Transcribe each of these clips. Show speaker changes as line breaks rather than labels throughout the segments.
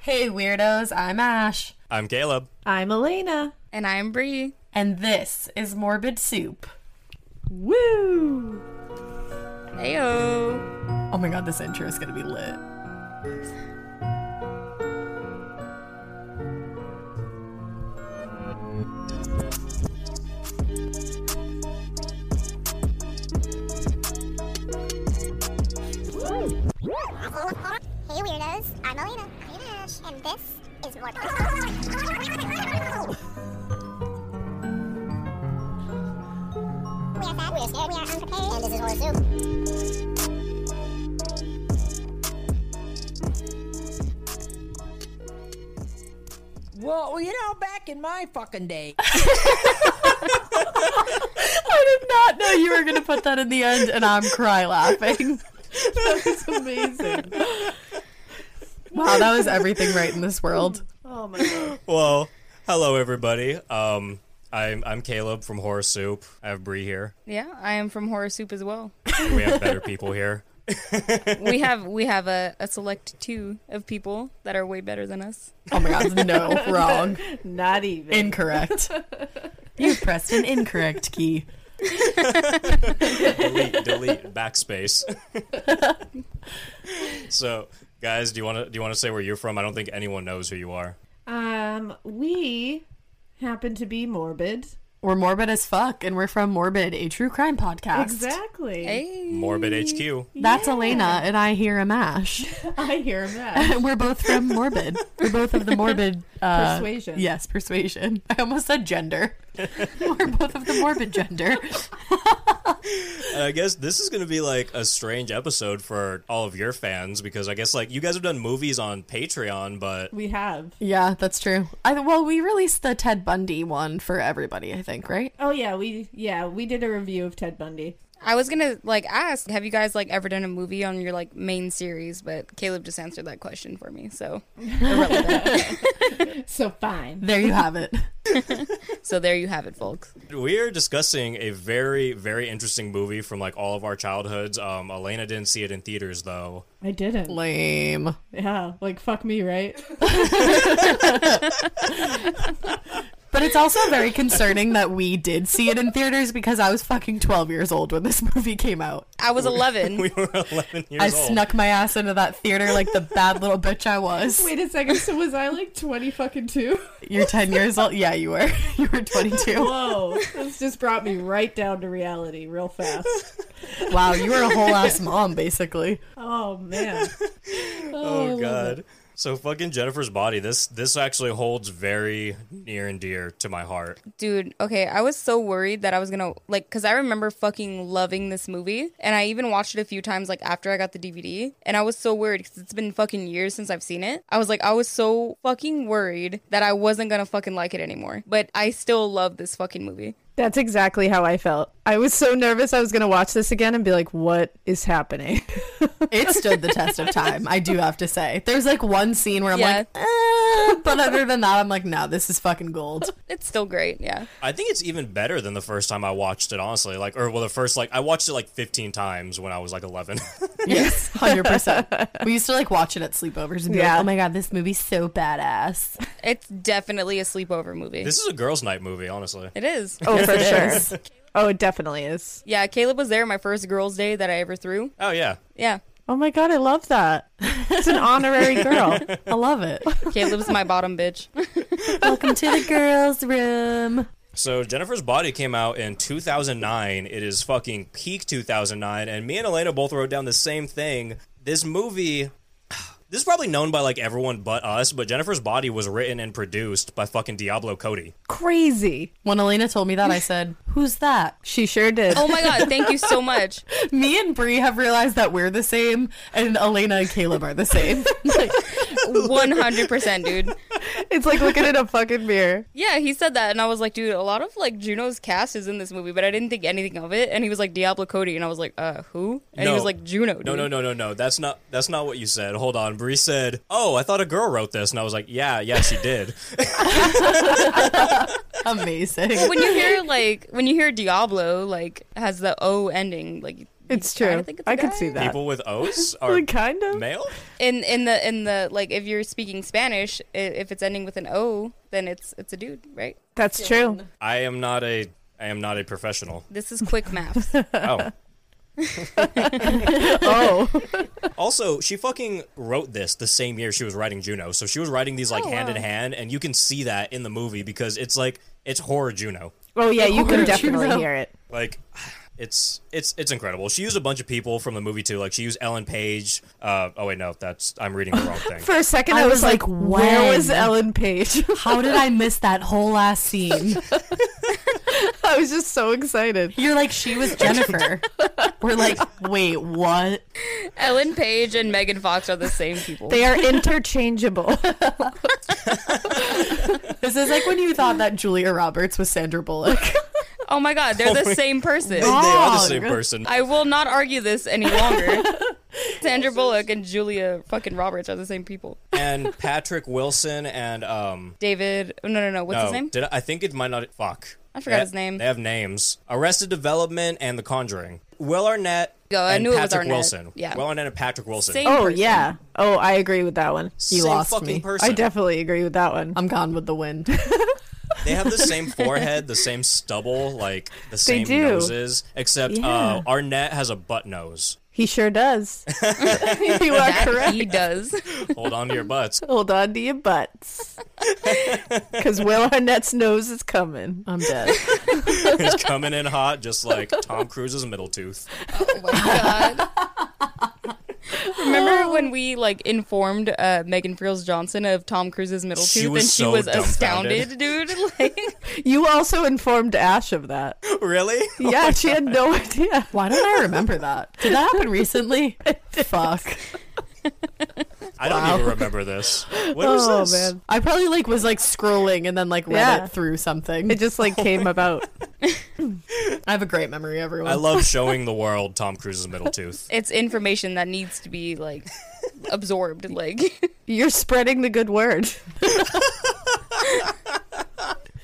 Hey, weirdos, I'm Ash,
I'm Caleb.
I'm Elena.
And I'm Bree.
and this is Morbid Soup.
Woo!
Heyo.
Oh my god, this intro is gonna be lit.
Hey weirdos, I'm Elena. I'm Ash. And this is Morbid. we are fat, we are scared, we are unprepared, and this is Horror Soup.
Well, you know, back in my fucking day.
I did not know you were gonna put that in the end, and I'm cry laughing.
It's amazing.
Wow, that was everything right in this world.
oh my god.
Well, hello everybody. Um, I'm I'm Caleb from Horror Soup. I have Bree here.
Yeah, I am from Horror Soup as well.
We have better people here.
We have we have a, a select two of people that are way better than us.
Oh my god, no, wrong,
Not even.
incorrect. You pressed an incorrect key.
delete, delete, backspace. so, guys, do you want to do you want to say where you're from? I don't think anyone knows who you are.
um, we happen to be morbid.
We're morbid as fuck, and we're from Morbid, a true crime podcast.
Exactly.
Eh?
Hey.
Morbid HQ.
That's Elena, and I hear a mash.
I hear that.
We're both from Morbid. We're both of the Morbid uh,
Persuasion.
Yes, persuasion. I almost said gender. We're both of the Morbid gender.
And I guess this is going to be like a strange episode for all of your fans because I guess like you guys have done movies on Patreon, but
We have.
Yeah, that's true. I well, we released the Ted Bundy one for everybody. I think right.
Oh yeah, we yeah we did a review of Ted Bundy.
I was gonna like ask, have you guys like ever done a movie on your like main series? But Caleb just answered that question for me, so irrelevant.
So fine.
There you have it.
so there you have it, folks.
We are discussing a very, very interesting movie from like all of our childhoods. Um, Elena didn't see it in theaters though.
I didn't.
Lame.
Yeah, like fuck me, right?
But it's also very concerning that we did see it in theaters because I was fucking 12 years old when this movie came out.
I was eleven.
We were 11 years
I
old.
snuck my ass into that theater like the bad little bitch I was.
Wait a second. So was I like twenty fucking two?
You're 10 years old. Yeah, you were. You were 22.
Whoa, this just brought me right down to reality real fast.
Wow, you were a whole ass mom basically.
Oh man.
oh god. So fucking Jennifer's body. This this actually holds very near and dear to my heart.
Dude, okay, I was so worried that I was gonna like, cause I remember fucking loving this movie, and I even watched it a few times like after I got the DVD, and I was so worried because it's been fucking years since I've seen it. I was like, I was so fucking worried that I wasn't gonna fucking like it anymore, but I still love this fucking movie.
That's exactly how I felt. I was so nervous I was going to watch this again and be like, what is happening?
It stood the test of time, I do have to say. There's like one scene where I'm
Yeah.
like, eh, but other than that, I'm like, no, this is fucking gold.
It's still great, yeah.
I think it's even better than the first time I watched it, honestly. Like or well the first like I watched it like 15 times when I was like 11.
Yes, 100%. We used to like watch it at sleepovers and be
Yeah.
like, oh my god, this movie's so badass.
It's definitely a sleepover movie.
this is a girls night movie, honestly.
it is.
oh, for sure. Oh, it definitely is.
Yeah, Caleb was there my first girls' day that I ever threw.
Oh yeah.
Yeah,
Oh my God, I love that. It's an honorary girl.
I love it.
Caleb's my bottom bitch.
Welcome to the girls' room.
So Jennifer's Body came out in 2009. It is fucking peak 2009, and me and Elena both wrote down the same thing. This movie. This is probably known by like everyone but us, but Jennifer's Body was written and produced by fucking Diablo Cody.
Crazy.
When Elena told me that, I said, who's that?
She sure did.
Oh my god, thank you so much.
Me and Brie have realized that we're the same, and Elena and Caleb are the same. like,
100%, dude.
It's like looking in a fucking mirror.
Yeah, he said that, and I was like, dude, a lot of like Juno's cast is in this movie, but I didn't think anything of it. And he was like Diablo Cody, and I was like, uh, who? And he was like Juno. Dude.
No, no, no, no, no. That's not that's not what you said. Hold on. Bree said, "Oh, I thought a girl wrote this," and I was like, "Yeah, yeah, she did."
amazing.
When you hear like when you hear Diablo like has the O ending, like
It's
kinda
true.
think it's a
I could
guy.
see that.
People with O's are
Like, kind of.
male.
in in the in the like if you're speaking Spanish, i- if it's ending with an O, then it's it's a dude, right?
That's true.
I am not a. I am not a professional.
This is quick math.
Oh.
Oh,
Also, she fucking wrote this the same year she was writing Juno. So she was writing these like
Oh,
hand in
wow.
hand, and you can see that in the movie because it's like it's horror Juno.
oh yeah, you
Horror
can definitely
Juno.
hear it.
Like it's it's it's incredible. She used a bunch of people from the movie too. Like she used Ellen Page. Uh, oh wait, no, that's I'm reading the wrong thing.
For a second,
I
I,
was
was, like,
like,
"Where was
when?
Ellen Page?"
How did I miss that whole last scene?
I was just so excited.
You're like, she was Jennifer. We're like, wait, what?
Ellen Page and Megan Fox are the same people.
They are interchangeable.
This is like when you thought that Julia Roberts was Sandra Bullock.
oh my god, they're the same person.
they are the
Wrong.
same person.
I will not argue this any longer. Sandra Bullock and Julia fucking Roberts are the same people.
and Patrick Wilson and um.
David, oh, no, no, no. What's
no,
his name?
did I, I think it might not. Fuck.
I forgot
They-
his name.
They have names. Arrested Development and The Conjuring. Will Arnett
Go, I
and
knew it was
Patrick
Arnett.
Wilson.
Yeah.
Will Arnett and Patrick Wilson.
Same
oh
person.
yeah. Oh, I agree with that one. You
Same
lost
fucking
me.
person.
I definitely agree with that one.
I'm gone with the wind.
They have the same forehead, the same stubble, like the same
do.
noses, except uh,
Yeah.
Arnett has a butt nose.
He sure does. you are correct.
He does.
Hold on to your butts.
Hold on to your butts, because Will Arnett's nose is coming.
I'm dead.
It's coming in hot, just like Tom Cruise's middle tooth.
Oh my god. Remember when we like informed uh, Megan Friels Johnson of Tom Cruise's middle
She
tooth,
was
and she
so
was
dumbfounded.
astounded, dude. Like,
You also informed Ash of that.
Really?
Yeah, she had no idea.
Oh Why don't I remember that? Did that happen recently? Fuck.
I don't even remember this. What was
Oh
this?
man,
I probably like was like scrolling and then like read
Yeah.
it through something.
it just like came about.
I have a great memory, everyone.
I love showing the world Tom Cruise's middle tooth.
it's information that needs to be like absorbed. Like,
You're spreading the good word.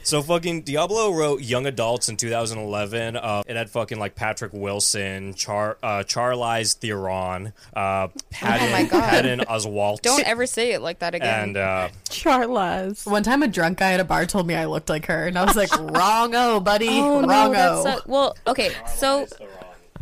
So fucking Diablo wrote Young Adults in 2011. Uh, it had fucking like Patrick Wilson, Char uh, Charlize Theron, uh, Patton,
Oh my God.
Patton Oswalt,
don't ever say it like that again.
and uh,
Charlas.
One time, a drunk guy at a bar told me I looked like her, and I was like, "Wrong, oh, buddy,
oh no,
wrong,
that's
oh."
so- well. Okay, so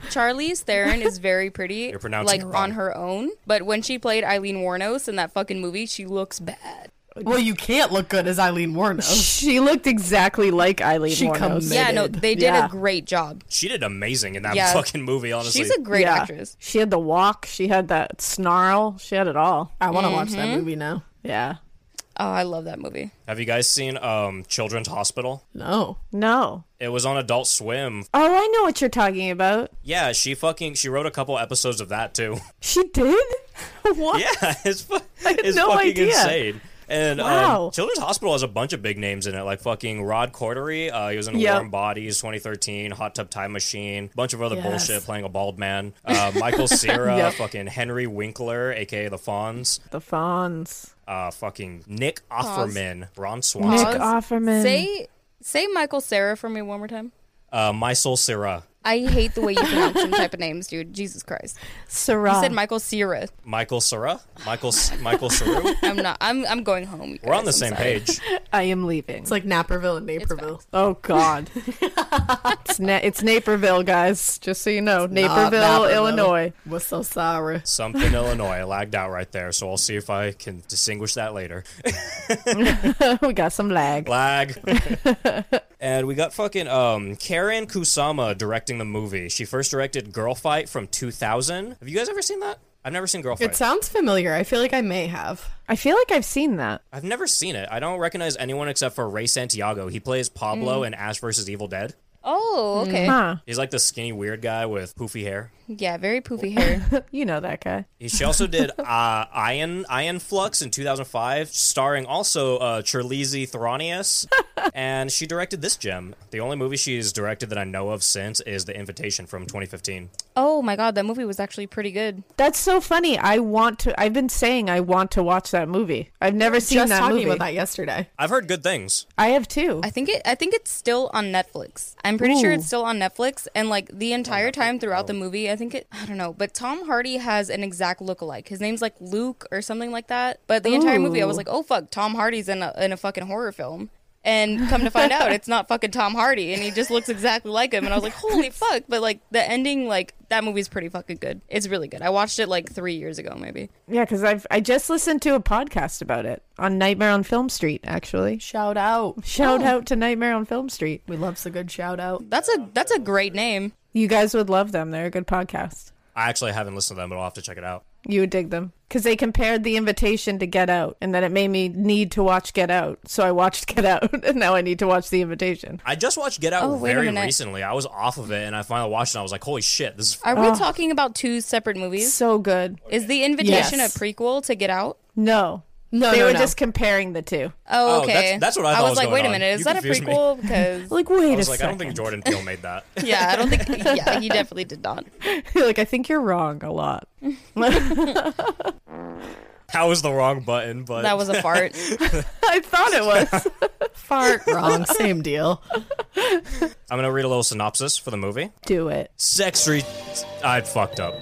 Charlize Theron is very pretty,
You're pronouncing
like
it wrong.
on her own. But when she played Eileen Warnos in that fucking movie, she looks bad.
well, you can't look good as Eileen Warnos.
She looked exactly like Eileen
She
Warnos.
comes-
Yeah,
They
no,
did.
they did
Yeah.
a great job.
she did amazing in that
Yeah.
fucking movie. Honestly,
She's a great
Yeah.
actress.
She had the walk. She had that snarl. She had it all.
I want to watch
Mm-hmm.
that movie now.
Yeah.
Oh, I love that movie.
Have you guys seen um, Children's Hospital?
No,
No.
It was on Adult Swim.
Oh, I know what you're talking about.
Yeah, she fucking she wrote a couple episodes of that too.
She did. What?
yeah, it's fu- it's
no
fucking
idea.
insane. And um,
Wow.
Children's Hospital has a bunch of big names in it, like fucking Rod Cordery. Uh, he was in
Yep.
Warm Bodies, 2013, Hot Tub Time Machine, bunch of other
Yes.
bullshit playing a bald man. Uh, Michael Cera,
Yep.
fucking Henry Winkler, aka the Fonz,
The Fonz.
uh, fucking Nick Offerman, Ron
Nick
Swanson,
Pause.
Offerman.
Say say Michael Sarah for me one more time.
uh, My Soul Cera,
I hate the way you pronounce some type of names, dude. Jesus Christ.
Sarah.
I said Michael Cera.
Michael Cera, Michael Michael Cera.
I'm not I'm I'm going home. you
We're on the
guys. I'm
same
sorry.
page.
I am leaving.
it's like Naperville and Naperville.
Oh God! it's, Na- it's Naperville, guys. Just so you know, Naperville, Illinois.
We're so sorry.
Something Illinois. I lagged out right there, so I'll see if I can distinguish that later.
we got some lag.
Lag. and we got fucking um, Karen Kusama directing the movie. She first directed Girl Fight from 2000. Have you guys ever seen that? I've never seen Girl Fight.
It sounds familiar. I feel like I may have.
I feel like I've seen that.
I've never seen it. I don't recognize anyone except for Ray Santiago. He plays Pablo in Ash vs. Evil Dead.
Oh, okay.
Huh?
He's like the skinny weird guy with poofy hair.
Yeah, very poofy hair.
You know that guy?
He- She also did uh, Iron Iron Flux in 2005, starring also uh, Charlize Theronius and she directed this gem. The only movie she's directed that I know of since is The Invitation from 2015.
Oh my god, that movie was actually pretty good.
That's so funny. I want to. I've been saying I want to watch that movie. I've never seen
Just
that
talking
movie.
about that yesterday.
I've heard good things.
I have too.
I think it. I think it's still on Netflix. I'm pretty sure it's still on Netflix. And like the entire time throughout the movie, I think it. I don't know, but Tom Hardy has an exact lookalike. His name's like Luke or something like that. But the entire movie, I was like, oh fuck, Tom Hardy's in a in a fucking horror film. And come to find out, it's not fucking Tom Hardy, and he just looks exactly like him. And I was like, holy fuck! But like the ending, like that movie's pretty fucking good. It's really good. I watched it like three years ago, maybe.
yeah, because I've I just listened to a podcast about it on Nightmare on Film Street. Actually,
Shout out.
shout out to Nightmare on Film Street.
Oh. We love a good shout out.
That's a that's a great name.
You guys would love them. They're a good podcast.
I actually haven't listened to them, but I'll have to check it out.
You would dig them because they compared The Invitation to Get Out, and then it made me need to watch Get Out. So I watched Get Out, and now I need to watch The Invitation.
I just watched Get Out
Oh, wait a
very
minute.
recently. I was off of it and I finally watched it and I was like, holy shit, this is
Are we talking about two separate movies?
So good.
Is the invitation
Yes.
a prequel to Get Out?
No,
No,
they
no,
were
no.
just comparing the two.
Oh,
Oh,
okay.
that's- that's what I thought
was
was
like,
going
wait a
on.
minute, is
You
that a
confused me.
prequel? Because
Like, wait
I was
a
like, I don't
second.
think Jordan Peele made that.
yeah, I don't think. Yeah, he definitely did not.
like I think you're wrong a lot.
that was the wrong button, but
That was a fart.
I thought it was.
Fart wrong. Same deal.
I'm gonna read a little synopsis for the movie.
Do it.
Sex re- I fucked up.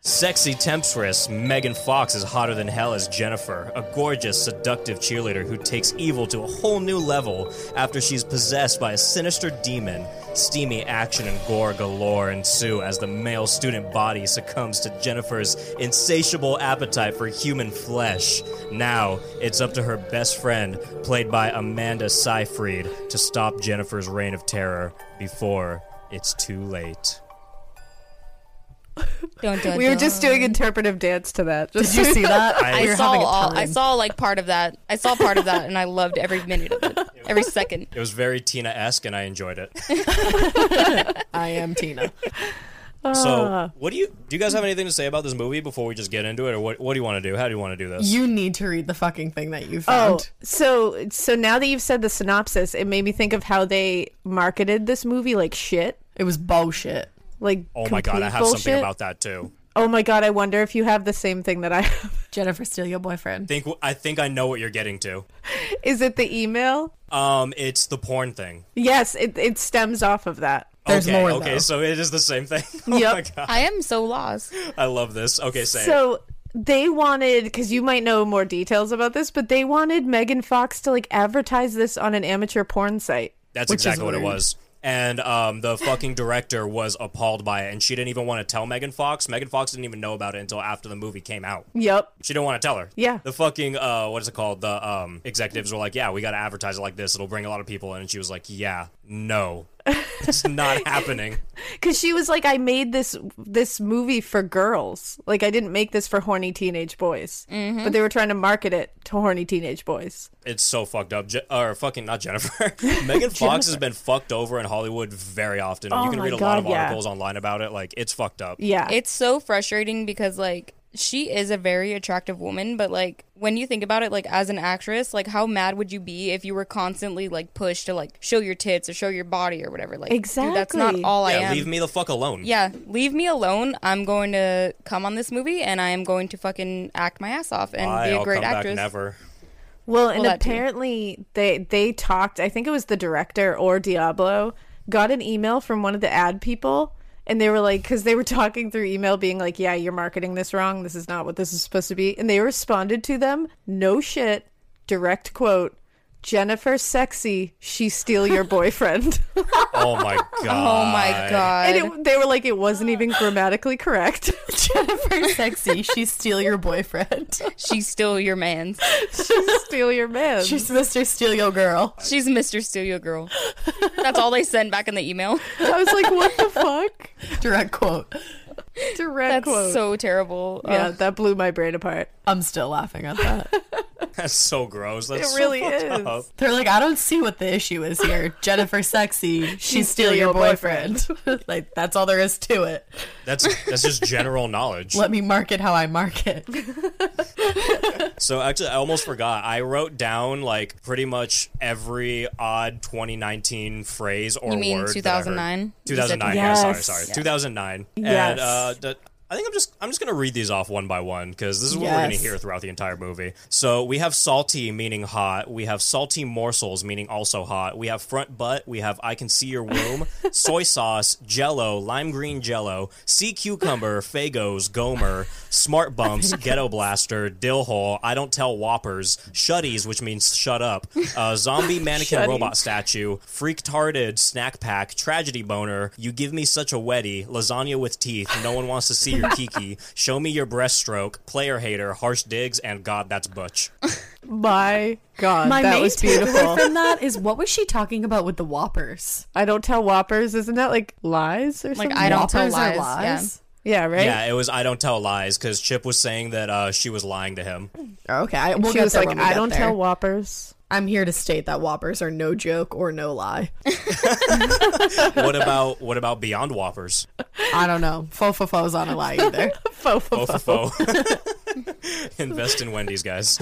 Sexy temptress Megan Fox is hotter than hell as Jennifer, a gorgeous, seductive cheerleader who takes evil to a whole new level after she's possessed by a sinister demon. Steamy action and gore galore ensue as the male student body succumbs to Jennifer's insatiable appetite for human flesh. Now, it's up to her best friend, played by Amanda Seyfried, to stop Jennifer's reign of terror before it's too late.
Dun, dun,
We were
dun.
just doing interpretive dance to that.
Did you see that?
I-
We
I
were
saw
having a
all. I
time.
saw like part of that. I saw part of that, and I loved every minute of it, every second.
It was very Tina esque, and I enjoyed it.
I am Tina.
So, what do you do? You guys have anything to say about this movie before we just get into it, or what? What do you want to do? How do you want to do this?
You need to read the fucking thing that you
Oh,
found.
so so now that you've said the synopsis, it made me think of how they marketed this movie like shit.
It was bullshit.
Like
oh my god, I
complete
have
bullshit.
something about that too.
Oh my god, I wonder if you have the same thing that I have.
Jennifer, steal your boyfriend.
Think I think I know what you're getting to.
Is it the email?
Um, it's the porn thing.
Yes, it it stems off of that.
There's
okay,
more,
okay,
though.
so it is the same thing. Oh
Yep.
my god,
I am so lost.
I love this. Okay, say it.
So they wanted because you might know more details about this, but they wanted Megan Fox to like advertise this on an amateur porn site.
That's
Which is
exactly what it
rude.
was. And um, the fucking director was appalled by it, and she didn't even want to tell Megan Fox. Megan Fox didn't even know about it until after the movie came out.
Yep.
She didn't want to tell her.
Yeah.
The fucking uh, what is it called? The um executives were like, "Yeah, we got to advertise it like this. It'll bring a lot of people in." And she was like, "Yeah, no, it's not happening."
Cause she was like, I made this this movie for girls. Like I didn't make this for horny teenage boys.
Mm-hmm.
But they were trying to market it to horny teenage boys.
It's so fucked up. Je- or fucking not Jennifer. Megan Fox has been fucked over in Hollywood very often.
Oh
you can
my
read a lot
God,
of
yeah.
articles online about it. Like it's fucked up.
Yeah.
It's so frustrating because like she is a very attractive woman, but like when you think about it, like as an actress, like how mad would you be if you were constantly like pushed to like show your tits or show your body or whatever? Like dude, that's not
Exactly.
all I
Yeah,
am.
leave me the fuck alone.
yeah, leave me alone. I'm going to come on this movie and I am going to fucking act my ass off and
Bye,
be a
I'll
great
come
actress.
back never.
well, and
that too.
apparently they they talked, I think it was the director or Diablo, got an email from one of the ad people and they were like cuz they were talking through email being like, "Yeah, you're marketing this wrong. This is not what this is supposed to be." And they responded to them, "No shit." Direct quote, "Jennifer sexy, she steal your boyfriend."
Oh my
Oh
god.
my god.
And it, they were like, it wasn't even grammatically correct.
Jennifer, sexy. She steal your boyfriend.
She's still your man's.
Steal your man.
She's Mr. Steal Your Girl.
She's Mr. Studio Girl. That's all they send back in the email.
I was like, what the fuck?
Direct quote.
That's
Direct quote.
so terrible.
yeah,
Ugh.
that blew my brain apart.
I'm still laughing at that.
That's so gross. That's
It
so
really
fucked
is.
up.
They're like, I don't see what the issue is here. Jennifer, sexy. She, steal, your boyfriend. like that's all there is to it.
That's that's just general knowledge.
Let me market how I market.
So actually, I almost forgot. I wrote down like pretty much every odd 2019 phrase or
You mean
word.
2009? You said
2009.
Yes.
Yeah, sorry, sorry. 2009.
Yes.
And uh, the- I think I'm just I'm just gonna read these off one by one because this is what we're gonna
Yes.
hear throughout the entire movie. So we have salty meaning hot. We have salty morsels meaning also hot. We have front butt. We have I can see your womb. soy sauce, Jello, lime green Jello, sea cucumber, Fagos, Gomer, smart bumps, ghetto blaster, dill hole. I don't tell whoppers. Shutties, which means shut up. Uh, zombie mannequin robot statue. Freak tarded snack pack. Tragedy boner. You give me such a wetty. Lasagna with teeth. No one wants to see your kiki. Show me your breaststroke. Player hater. Harsh digs. And God, that's Butch.
My God,
My
that
main
was
takeaway
beautiful.
from that is what was she talking about with the Whoppers?
I don't tell whoppers. Isn't that like lies or
Like
something?
I don't tell
Whoppers
lies.
are lies.
yeah, right.
Yeah, it was. I don't tell lies because Chip was saying that uh, she was lying to him.
Okay, I, we'll
she
get
was
there
like,
when we
I
get
don't
there.
tell whoppers.
I'm here to state that Whoppers are no joke or no lie.
What about what about Beyond Whoppers?
I don't know. Fofofo's on a lie either.
Fofo. Invest in Wendy's, guys.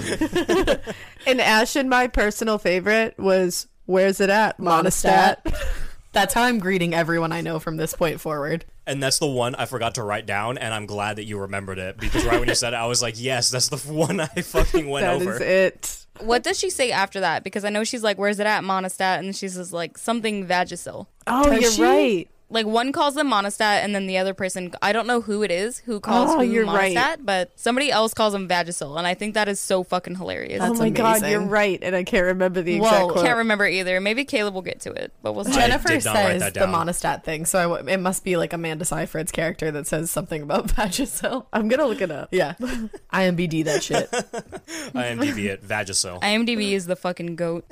And Ash and my personal favorite was where's it at Monostat.
That's how I'm greeting everyone I know from this point forward.
And that's the one I forgot to write down, and I'm glad that you remembered it because right when you said it, I was like, yes, that's the one I fucking went
That is
over.
it.
What does she say after that? Because I know she's like, "Where's it at, Monostat?" And she says like something Vagisil.
Oh,
Does
you're
she?
right.
Like one calls them Monostat, and then the other person I don't know who it is who calls
Oh,
who
you're
Monostat,
right.
but somebody else calls them Vagisil, and I think that is so fucking hilarious.
oh
That's
my God,
amazing.
you're right. And I can't remember the
Whoa,
exact quote.
Can't remember either. Maybe Caleb will get to it, but we'll see.
I
Jennifer
did not write
says
that
the
down.
monostat thing, so I w- it must be like Amanda Seyfried's character that says something about Vagisil.
I'm gonna look it up.
Yeah, IMBD that shit.
IMDb it, Vagisil.
IMDb is the fucking goat.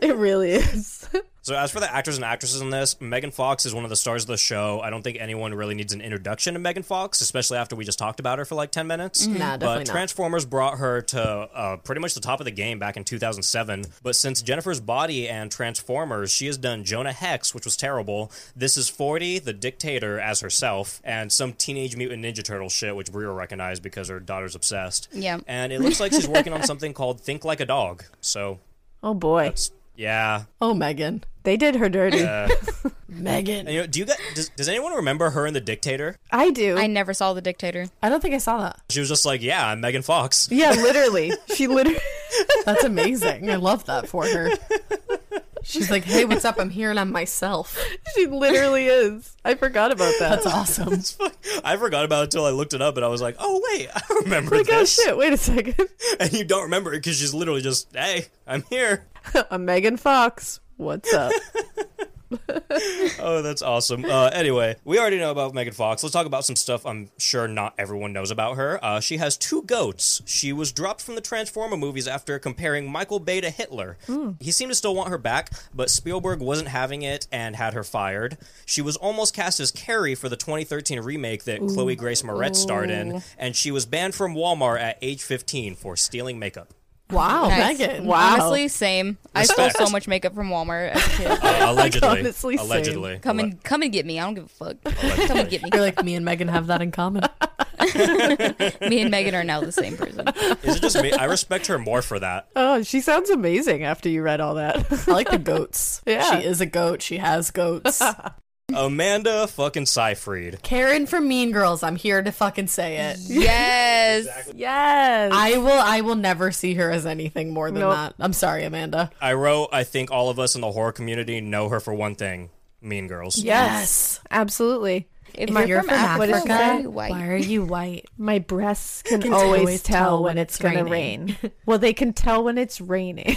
It really is.
So as for the actors and actresses in this, Megan Fox is one of the stars of the show. I don't think anyone really needs an introduction to Megan Fox, especially after we just talked about her for like 10 minutes.
Mm-hmm. Nah, definitely
but
not.
Transformers brought her to uh, pretty much the top of the game back in 2007. But since Jennifer's Body and Transformers, she has done Jonah Hex, which was terrible. This is 40, The Dictator as herself, and some Teenage Mutant Ninja Turtle shit, which Brie will recognize because her daughter's obsessed.
Yeah.
And it looks like she's working on something called Think Like a Dog. So,
Oh boy,
yeah,
Oh, Megan,
they did her dirty.
Megan.
And, you know, do you guys, does, does anyone remember her in The Dictator?
I do.
I never saw The Dictator.
I don't think I saw that.
She was just like, yeah, I'm Megan Fox.
yeah, literally. She literally.
That's amazing. I love that for her. She's like, "Hey, what's up? I'm here and I'm myself."
she literally is. I forgot about that.
That's awesome.
I forgot about it until I looked it up and I was like, oh, wait, I remember
like, oh
this.
shit! Wait a second.
And you don't remember it because she's literally just, hey, I'm here.
I'm Megan Fox. What's up?
Oh, that's awesome. Uh, anyway, we already know about Megan Fox. Let's talk about some stuff I'm sure not everyone knows about her. Uh, she has two goats. She was dropped from the Transformer movies after comparing Michael Bay to Hitler. He seemed to still want her back, but Spielberg wasn't having it and had her fired. She was almost cast as Carrie for the 2013 remake that Chloe Grace Moretz starred in, and she was banned from Walmart at age 15 for stealing makeup.
Wow,
Nice.
Oh, Megan.
Wow.
Honestly, same. I
Respect.
stole so much makeup from Walmart as a kid.
Uh, allegedly,
honestly, same.
allegedly.
Come
Alle-
and come and get me. I don't give a fuck. Come and
allegedly.
get me.
You're like me and Megan have that in common.
Me and Megan are now the same person.
Is it just me? I respect her more for that.
Oh, she sounds amazing after you read all that.
I like the goats.
Yeah.
she is a goat. She has goats.
Amanda fucking Seyfried.
Karen from Mean Girls. I'm here to fucking say it.
Yes.
yes.
I will. I will never see her as anything more than
Nope.
that. I'm sorry, Amanda.
I wrote, I think all of us in the horror community know her for one thing Mean Girls.
yes. Absolutely.
If
My-
You're from
what is
Africa.
she say?
white.
Why are you white?
My breasts can, always, tell, when it's, gonna
raining.
rain. well, they can tell when it's raining.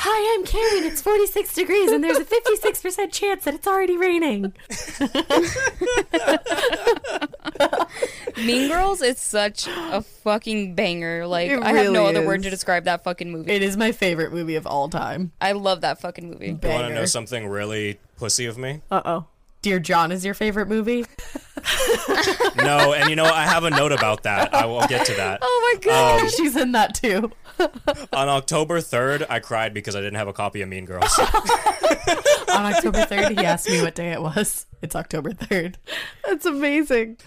Hi, I'm Karen. It's 46 degrees, and there's a 56 percent chance that it's already raining.
Mean Girls is such a fucking banger. Like
It
I have no
really
other word to
is.
describe that fucking movie.
It is my favorite movie of all time.
I love that fucking movie.
You want to know
Banger.
something really pussy of me?
uh oh.
Dear John is your favorite movie.
no, and you know, what? I have a note about that. I will get to that.
Oh my god.
Um,
She's in that too.
On October 3rd, I cried because I didn't have a copy of Mean Girls.
On October 3rd, he asked me what day it was. It's October 3rd.
That's amazing.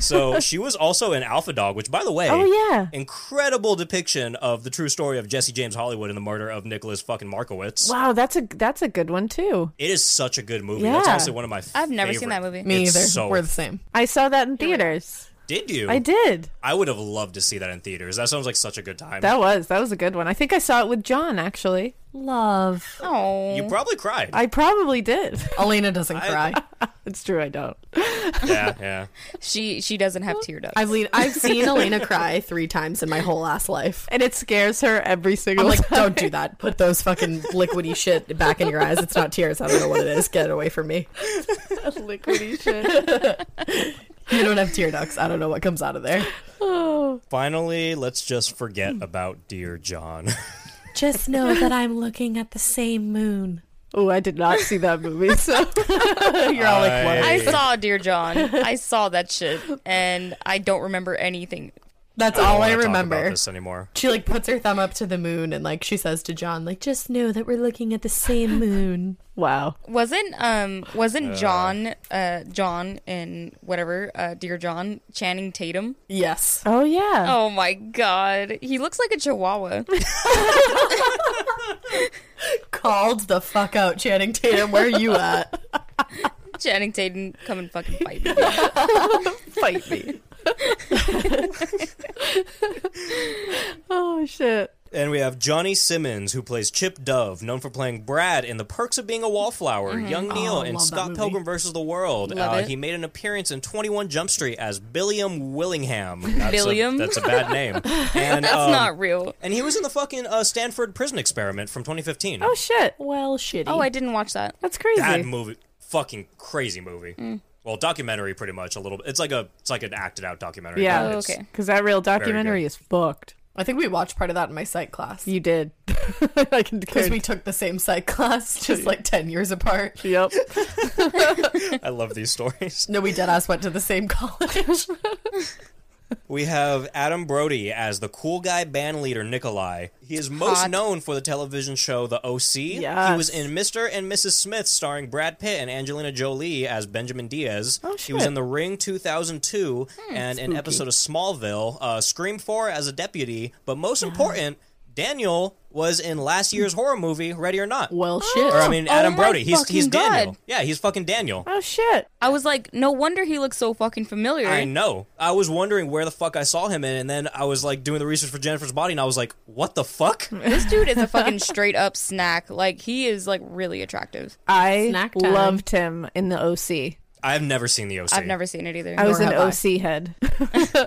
so she was also in Alpha Dog, which, by the way,
Oh, yeah.
incredible depiction of the true story of Jesse James Hollywood and the murder of Nicholas fucking Markowitz.
Wow, that's a that's a good one too.
It is such a good movie. That's
Yeah.
honestly one of my.
I've never seen that
favorite.
movie.
Me
It's
either.
so-
We're the same.
I saw that in theaters.
Did you?
I did.
I would have loved to see that in theaters. That sounds like such a good time.
That was that was a good one. I think I saw it with John actually.
Love.
Oh,
you probably cried.
I probably did.
Elena doesn't cry.
it's true I don't.
yeah, yeah.
she she doesn't have tear ducts.
I've, le- I've seen Elena cry three times in my whole ass life.
And it scares her every
I'm
single
like,
time.
don't do that. Put those fucking liquidy shit back in your eyes. It's not tears. I don't know what it is. Get it away from me.
liquidy shit.
You don't have tear ducts. I don't know what comes out of there.
Finally, let's just
Hmm.
forget about Dear John.
Just know that I'm looking at the same moon.
Oh, I did not see that movie. So
You're all like, what?
I saw Dear John. I saw that shit, and I don't remember anything.
That's
don't
all I
wanna talk about
remember.
this anymore.
She like puts her thumb up to the moon and like she says to John, like, just know that we're looking at the same moon.
wow.
Wasn't um wasn't John uh John and whatever uh Dear John Channing Tatum?
yes.
Oh yeah.
Oh my god, he looks like a Chihuahua.
Called the fuck out, Channing Tatum. Where you at?
Channing Tatum, come and fucking fight me.
Fight me. oh shit.
And we have Johnny Simmons, who plays Chip Dove, known for playing Brad in The Perks of Being a Wallflower, Young Neil,
Oh,
and
love that
Scott
movie.
Pilgrim vs. the World.
Love
uh,
it.
He made an appearance in 21 Jump Street as Billiam Willingham. That's A,
Billiam?
that's a bad name. And,
That's
um,
not real.
And he was in the fucking uh, Stanford prison experiment from 2015.
Oh shit.
Well, shitty.
Oh, I didn't watch that.
That's crazy. Mm.
Bad movie. Fucking crazy movie. Well, documentary, pretty much a little bit. It's like a, it's like an acted out documentary.
Yeah.
but
Oh,
it's-
okay.
Because that real documentary
good.
is fucked.
I think we watched part of that in my psych class.
You did. I can
Because we took the same psych class, just like 10 years apart.
Yep.
I love these stories.
No, we dead ass went to the same college.
We have Adam Brody as the cool guy band leader Nikolai. He is most
Hot.
known for the television show The OC. He
Yes.
was in Mr. and Mrs. Smith starring Brad Pitt and Angelina Jolie as Benjamin Diaz.
Oh,
He was
shit.
in The Ring 2002
Hmm,
and an episode of Smallville, uh, Scream 4 as a deputy, but most
Hmm.
important, Daniel was in last year's horror movie Ready or Not.
well, shit.
Or I mean
Oh
Adam
my
Brody. He's
fucking
he's
God.
Daniel. Yeah, he's fucking Daniel.
oh shit.
I was like, no wonder he looks so fucking familiar.
I know. I was wondering where the fuck I saw him in, and then I was like doing the research for Jennifer's body, and I was like, "What the fuck?"
This dude is a fucking straight up snack. Like he is like really attractive.
I
Snack time.
loved him in the OC.
I've never seen the OC.
I've never seen it either.
I was
Nor
an
have I.
OC head.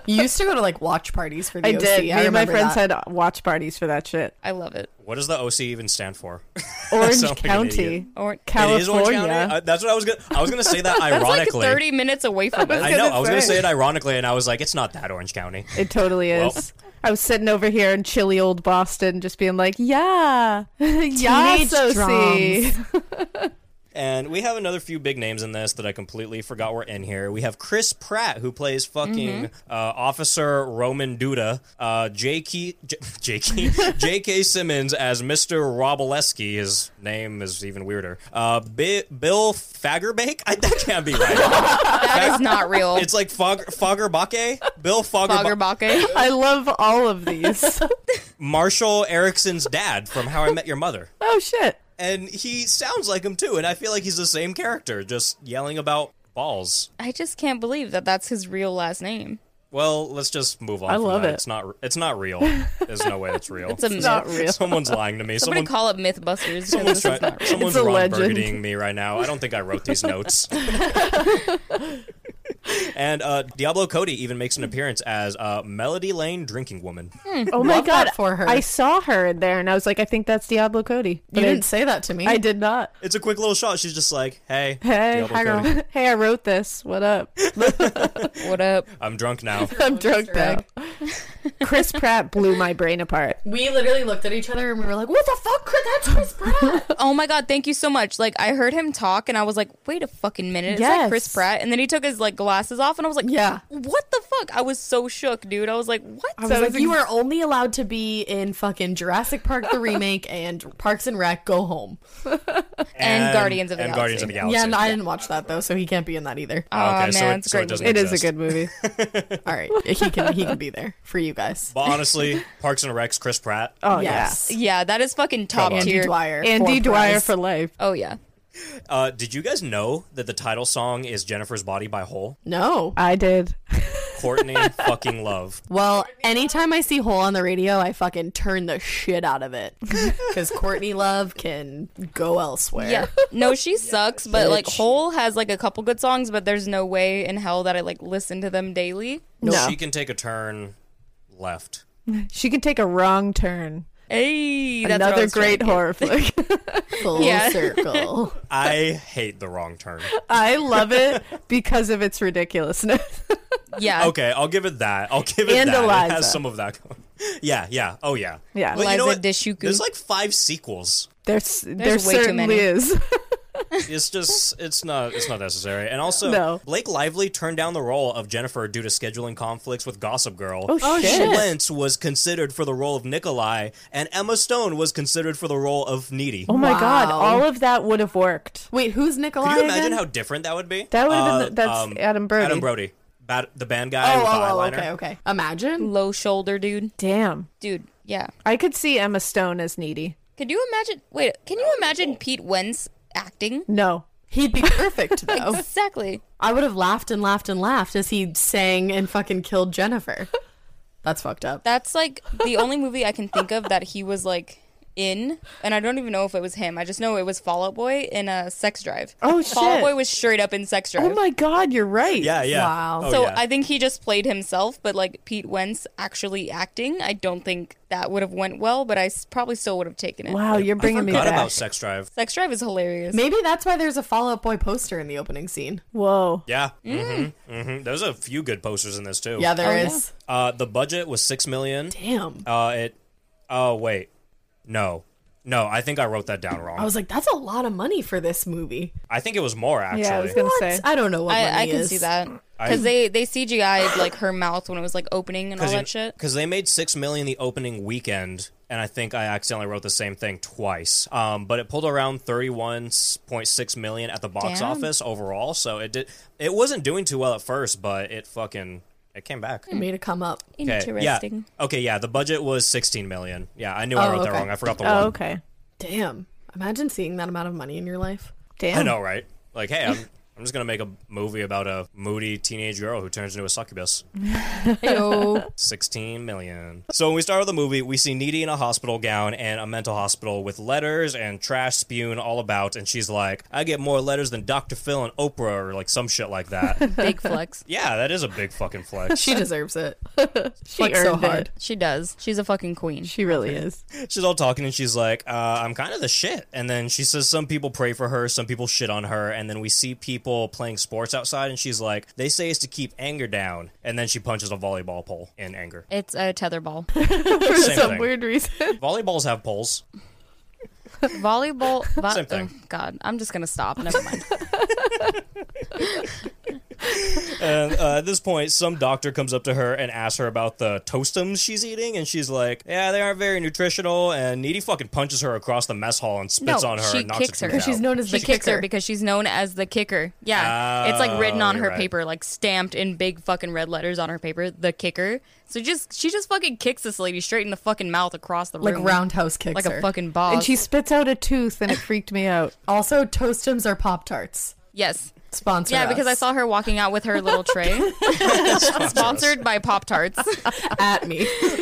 You used to go to like watch parties for the
I
OC.
did. Me and my
remember
friends
that.
had watch parties for that shit.
I love it.
What does the OC even stand for?
Orange
sound like an idiot.
County,
Or
It is Orange County.
California.
I- that's what I was gonna. I was gonna say that
that's like
ironically.
thirty minutes away from us.
I know.
gonna
I was gonna
say.
say it ironically, and I was like, "It's not that Orange County."
It totally
Well.
is. I was sitting over here in chilly old Boston, just being like, Ah. "Yeah, yeah,
Teenage
OC."
And we have another few big names in this that I completely forgot were in here. We have Chris Pratt, who plays
Mm-hmm.
fucking uh, Officer Roman Duda, uh, J.K. J- J.K. J.K. Simmons as Mr. Roboleski. His name is even weirder. Uh, Bi- Bill Fagerback? I, that can't be right.
That is not real.
it's like Fog- Fogerbake? Bill Fogerbake.
Foggerbake.
I love all of these.
Marshall Erickson's dad from How I Met Your Mother.
oh shit!
And he sounds like him too, and I feel like he's the same character, just yelling about balls.
I just can't believe that that's his real last name.
Well, let's just move on.
I
from
love
that.
it.
It's not. It's not real. There's no way it's real.
It's a myth.
Not real.
Someone's lying to me.
Somebody
Someone,
call up MythBusters. 'cause
someone's try,
This is not real.
someone's
It's a
Ron
legend.
Burgundying me right now. I don't think I wrote these notes. and uh, Diablo Cody even makes an appearance as uh, Melody Lane drinking woman.
Hmm.
Oh my
Love
god!
that for her.
I saw her in there, and I was like, "I think that's Diablo Cody."
You
But I-
didn't say that to me.
I did not.
It's a quick little shot. She's just like, "Hey,
Hey,
Diablo Cody.
hey, I wrote this. What up?
What up?
I'm drunk now."
I'm drunk now. Chris Pratt blew my brain apart.
We literally looked at each other and we were like, "What the fuck? Could that Chris Pratt?"
Oh my god, thank you so much. Like I heard him talk and I was like, wait a fucking minute, is that
Yes.
Chris Pratt? And then he took his like glasses off, and I was like,
Yeah.
what the fuck? I was so shook, dude. I was like, what?
I was like, you are only allowed to be in fucking Jurassic Park the remake and Parks and Rec. Go home.
And Guardians of the
and Guardians of the Galaxy.
yeah, no, I didn't watch that though, so he can't be in that either.
Oh, okay,
Aw,
so
man,
it,
it's a
so
great
it doesn't
It is a
exist.
good movie.
All right, he can he can be there for you guys.
But honestly, Parks and Recs, Chris Pratt.
Oh
yes,
yeah, that is fucking top
on.
Andy
tier.
Dwyer,
yeah. Andy Dwyer
Prez.
for life.
Oh yeah,
Uh, did you guys know that the title song is Jennifer's Body by Hole?
no.
I did.
Courtney fucking Love.
Well, anytime I see Hole on the radio, I fucking turn the shit out of it because Courtney Love can go elsewhere.
yeah. No, she sucks, but like Hole has like a couple good songs, but there's no way in hell that I like listen to them daily.
No.
She can take a turn left.
She could take a wrong turn.
Hey, that's what I
Another
was trying
great
to get.
horror flick.
full
Yeah.
circle.
I hate the wrong turn.
I love it because of its ridiculousness.
Yeah.
Okay, I'll give it that. I'll give it
And
that. It
Eliza.
has some of that. Going. Yeah, yeah. Oh, yeah.
Yeah.
But you know
Eliza
what?
Dushku.
There's like five sequels.
There's,
There's
there
way too
certainly
many.
is.
It's just it's not it's not necessary. And also,
No.
Blake Lively turned down the role of Jennifer due to scheduling conflicts with Gossip Girl.
Oh, shit.
Lentz was considered for the role of Nikolai, and Emma Stone was considered for the role of Needy.
Oh my god!
Wow.
All of that would have worked.
Wait, who's Nikolai?
Can you imagine
again?
how different that would be? Uh, um,
That would have been the- that's Adam Brody.
Adam Brody, Bad, the band guy
Oh,
with
oh, oh,
the eyeliner.
okay, okay. Imagine.
Low shoulder, dude.
Damn,
Dude, yeah.
I could see Emma Stone as needy.
Could you imagine? Wait, can you imagine Pete Wentz acting?
No,
He'd be perfect though.
Exactly.
I would have laughed and laughed and laughed as he sang and fucking killed Jennifer. That's fucked up.
That's like the only movie I can think of that he was like in, and I don't even know if it was him. I just know it was Fall Out Boy in a uh, Sex Drive.
Oh,
Fall Out
shit.
Boy was straight up in Sex Drive.
Oh my god, you're right.
Yeah, yeah.
Wow.
Oh,
so
yeah.
I think he just played himself, but like Pete Wentz actually acting, I don't think that would have went well. But I s- probably still would have taken it.
Wow, you're bringing me
forgot
back.
about Sex Drive.
Sex Drive is hilarious.
Maybe that's why there's a Fall Out Boy poster in the opening scene.
Whoa.
Yeah.
Mm.
Mm-hmm. Mm-hmm. There's a few good posters in this too.
Yeah, there
yeah.
is.
Uh, the budget was six million.
Damn.
Uh, it. Oh wait, no, no. I think I wrote that down wrong.
I was like, that's a lot of money for this movie.
I think it was more actually.
Yeah, I was gonna say.
I don't know what money
I, I can
is.
see that because they they CGI'd like her mouth when it was like opening and all that shit.
Because they made six million the opening weekend, and I think I accidentally wrote the same thing twice. Um, but it pulled around thirty-one point six million at the box
Damn.
office overall. So it did. It wasn't doing too well at first, but it fucking it came back.
Made it come up.
Okay, yeah.
Hmm, Interesting.
Okay, yeah. The budget was sixteen million. Yeah, I knew
Oh,
I wrote that
okay.
wrong. I forgot the one.
Oh, okay.
Damn. Imagine seeing that amount of money in your life.
Damn.
I know, right? Like, hey, I'm I'm just gonna make a movie about a moody teenage girl who turns into a succubus.
Heyo.
16 million. So when we start with the movie, we see Needy in a hospital gown and a mental hospital with letters and trash spewing all about. And she's like, I get more letters than Dr. Phil and Oprah or like some shit like that.
Big flex.
yeah, that is a big fucking flex.
she deserves it.
She
Flex so
earned
hard.
it.
She does. She's a fucking queen.
She really is.
She's all talking and she's like, uh, I'm kind of the shit. And then she says some people pray for her, some people shit on her. And then we see people playing sports outside and she's like, they say it's to keep anger down. And then she punches a volleyball pole in anger.
It's a tetherball.
For
Same
some
thing.
weird reason.
Volleyballs have poles.
Volleyball. Vo-
Same thing.
oh, God, I'm just gonna stop. Never mind.
And uh, at this point, some doctor comes up to her and asks her about the toastums she's eating, and she's like, "Yeah, they aren't very nutritional." And Needy fucking punches her across the mess hall and spits
no,
on her
she
and knocks
kicks
her.
her.
tooth
She's
out.
known as
She
the
kicks her
kicker.
because she's known as the kicker. Yeah, it's like written
Oh,
on
you're
her
right.
paper, like stamped in big fucking red letters on her paper. The kicker. So just she just fucking kicks this lady straight in the fucking mouth across the room,
like roundhouse kicks
like
her.
a fucking boss.
And she spits out a tooth, and it freaked me out.
Also, Toastums are Pop Tarts.
yes.
Sponsor.
Yeah, because I
us.
saw her walking out with her little tray, sponsored by Pop Tarts.
at me.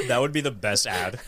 That would be the best ad.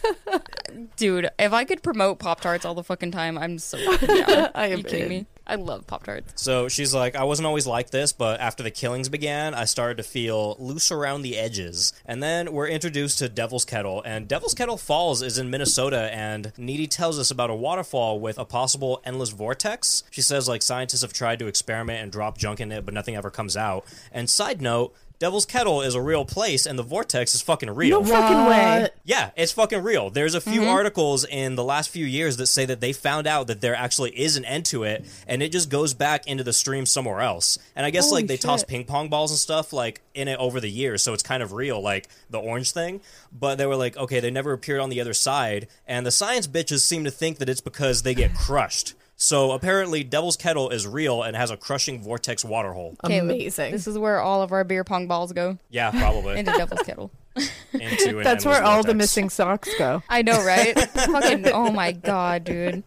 Dude, if I could promote Pop Tarts all the fucking time, I'm so. Yeah.
I am
you kidding
in.
me? I love Pop Tarts.
So she's like, "I wasn't always like this, but after the killings began, I started to feel loose around the edges." And then we're introduced to Devil's Kettle, and Devil's Kettle Falls is in Minnesota, and Needy tells us about a waterfall with a possible endless vortex. She says, "Like scientists have tried to experiment and drop junk in it, but nothing ever comes out." And side note. Devil's Kettle is a real place and the vortex is fucking real.
No fucking way.
What?
Yeah, it's fucking real. There's a
Mm-hmm.
few articles in the last few years that say that they found out that there actually is an end to it, and it just goes back into the stream somewhere else. And I guess like they toss ping pong balls and stuff like in it over the years, so it's kind of real, like the orange thing. But they were like, okay, they never appeared on the other side, and the science bitches seem to think that it's because they get crushed. So apparently, Devil's Kettle is real and has a crushing vortex water hole.
Caleb,
Amazing.
This is where all of our beer pong balls go
Yeah, probably.
into Devil's Kettle.
Into an
That's where
endless
all the
vortex.
missing socks go.
I know, right? Fucking, oh my god, dude.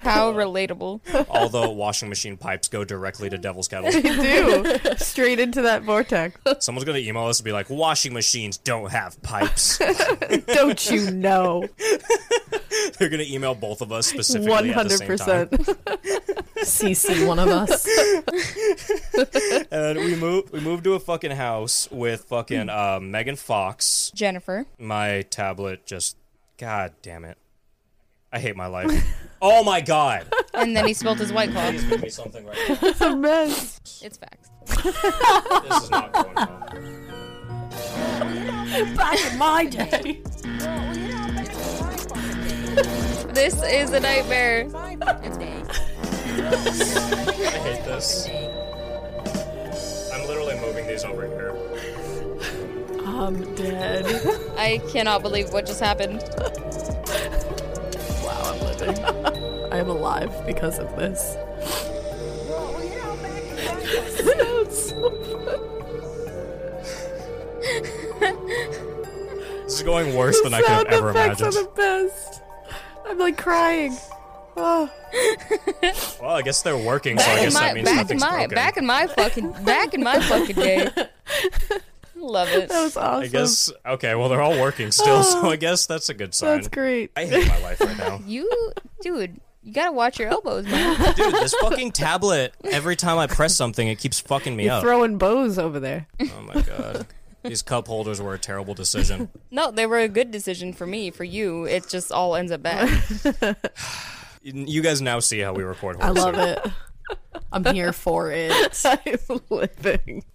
How relatable.
all the washing machine pipes go directly to Devil's Kettle.
They do. Straight into that vortex.
Someone's gonna email us and be like, "Washing machines don't have pipes."
Don't you know?
They're gonna email both of us specifically
One
at the
hundred
same time.
percent.
CC one of us.
And we move, we moved to a fucking house with fucking uh, Megan Fox.
Jennifer.
My tablet just, god damn it, I hate my life. oh my god,
And then he spilled his white claw.
please give me something right now.
It's a mess.
It's facts.
This is not going well.
Back in my day.
Well, you know, back in my fucking day,
This is a nightmare.
my fucking day.
I hate this. I'm literally moving these over here.
I'm dead.
I cannot believe what just happened.
Wow, I'm living. I'm alive because of this.
Well, you know, back in my day.
This is going worse than I could have
Sound
ever
effects
imagined.
are the best. I'm like crying. Oh,
Well, I guess they're working, so I guess that means
back in
nothing's
my
broken.
back in my fucking back in my fucking day. Love it.
that was awesome.
I guess okay. Well, they're all working still, so I guess that's a good sign.
That's great.
I hate my life right now,
You dude, you gotta watch your elbows, man.
dude. This fucking tablet. Every time I press something, it keeps fucking me up.
Throwing bows over there.
oh my god, these cup holders were a terrible decision.
No, they were a good decision for me. For you, it just all ends up bad.
You guys now see how we record.
I love it. I'm here for it.
I'm living.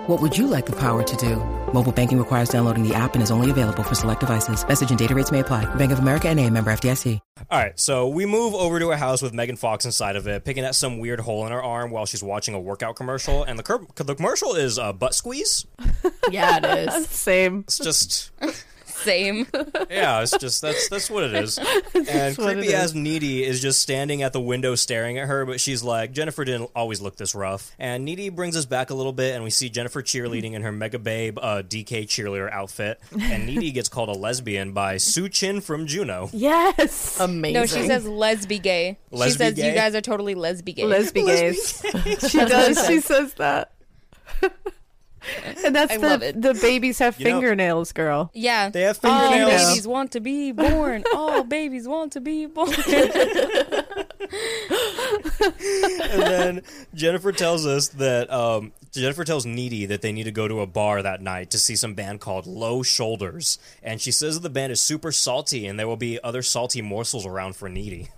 What would you like the power to do? Mobile banking requires downloading the app and is only available for select devices. Message and data rates may apply. Bank of America and a member FDIC.
All right, so we move over to a house with Megan Fox inside of it, picking at some weird hole in her arm while she's watching a workout commercial, and the, cur- the commercial is uh, butt squeeze.
Yeah, it is.
Same.
It's just
Same.
Yeah, it's just that's that's what it is. And
what it
creepy as Needy is just standing at the window staring at her, but she's like, Jennifer didn't always look this rough. And Needy brings us back a little bit, and we see Jennifer cheerleading in her Mega Babe uh, DK cheerleader outfit. And Needy gets called a lesbian by Su Chin from Juno.
Yes.
Amazing.
No, she says lesbi gay.
Lesbi
she says
gay?
you guys are totally lesbi gay.
Lesbian gays. she does. She says that. and that's
I
the
love it.
the babies have
know-
fingernails, girl.
yeah.
They have
All
fingernails.
babies want to be born. All babies want to be born.
and then Jennifer tells us that um, Jennifer tells Needy that they need to go to a bar that night to see some band called Low Shoulders, and she says that the band is super salty, and there will be other salty morsels around for Needy.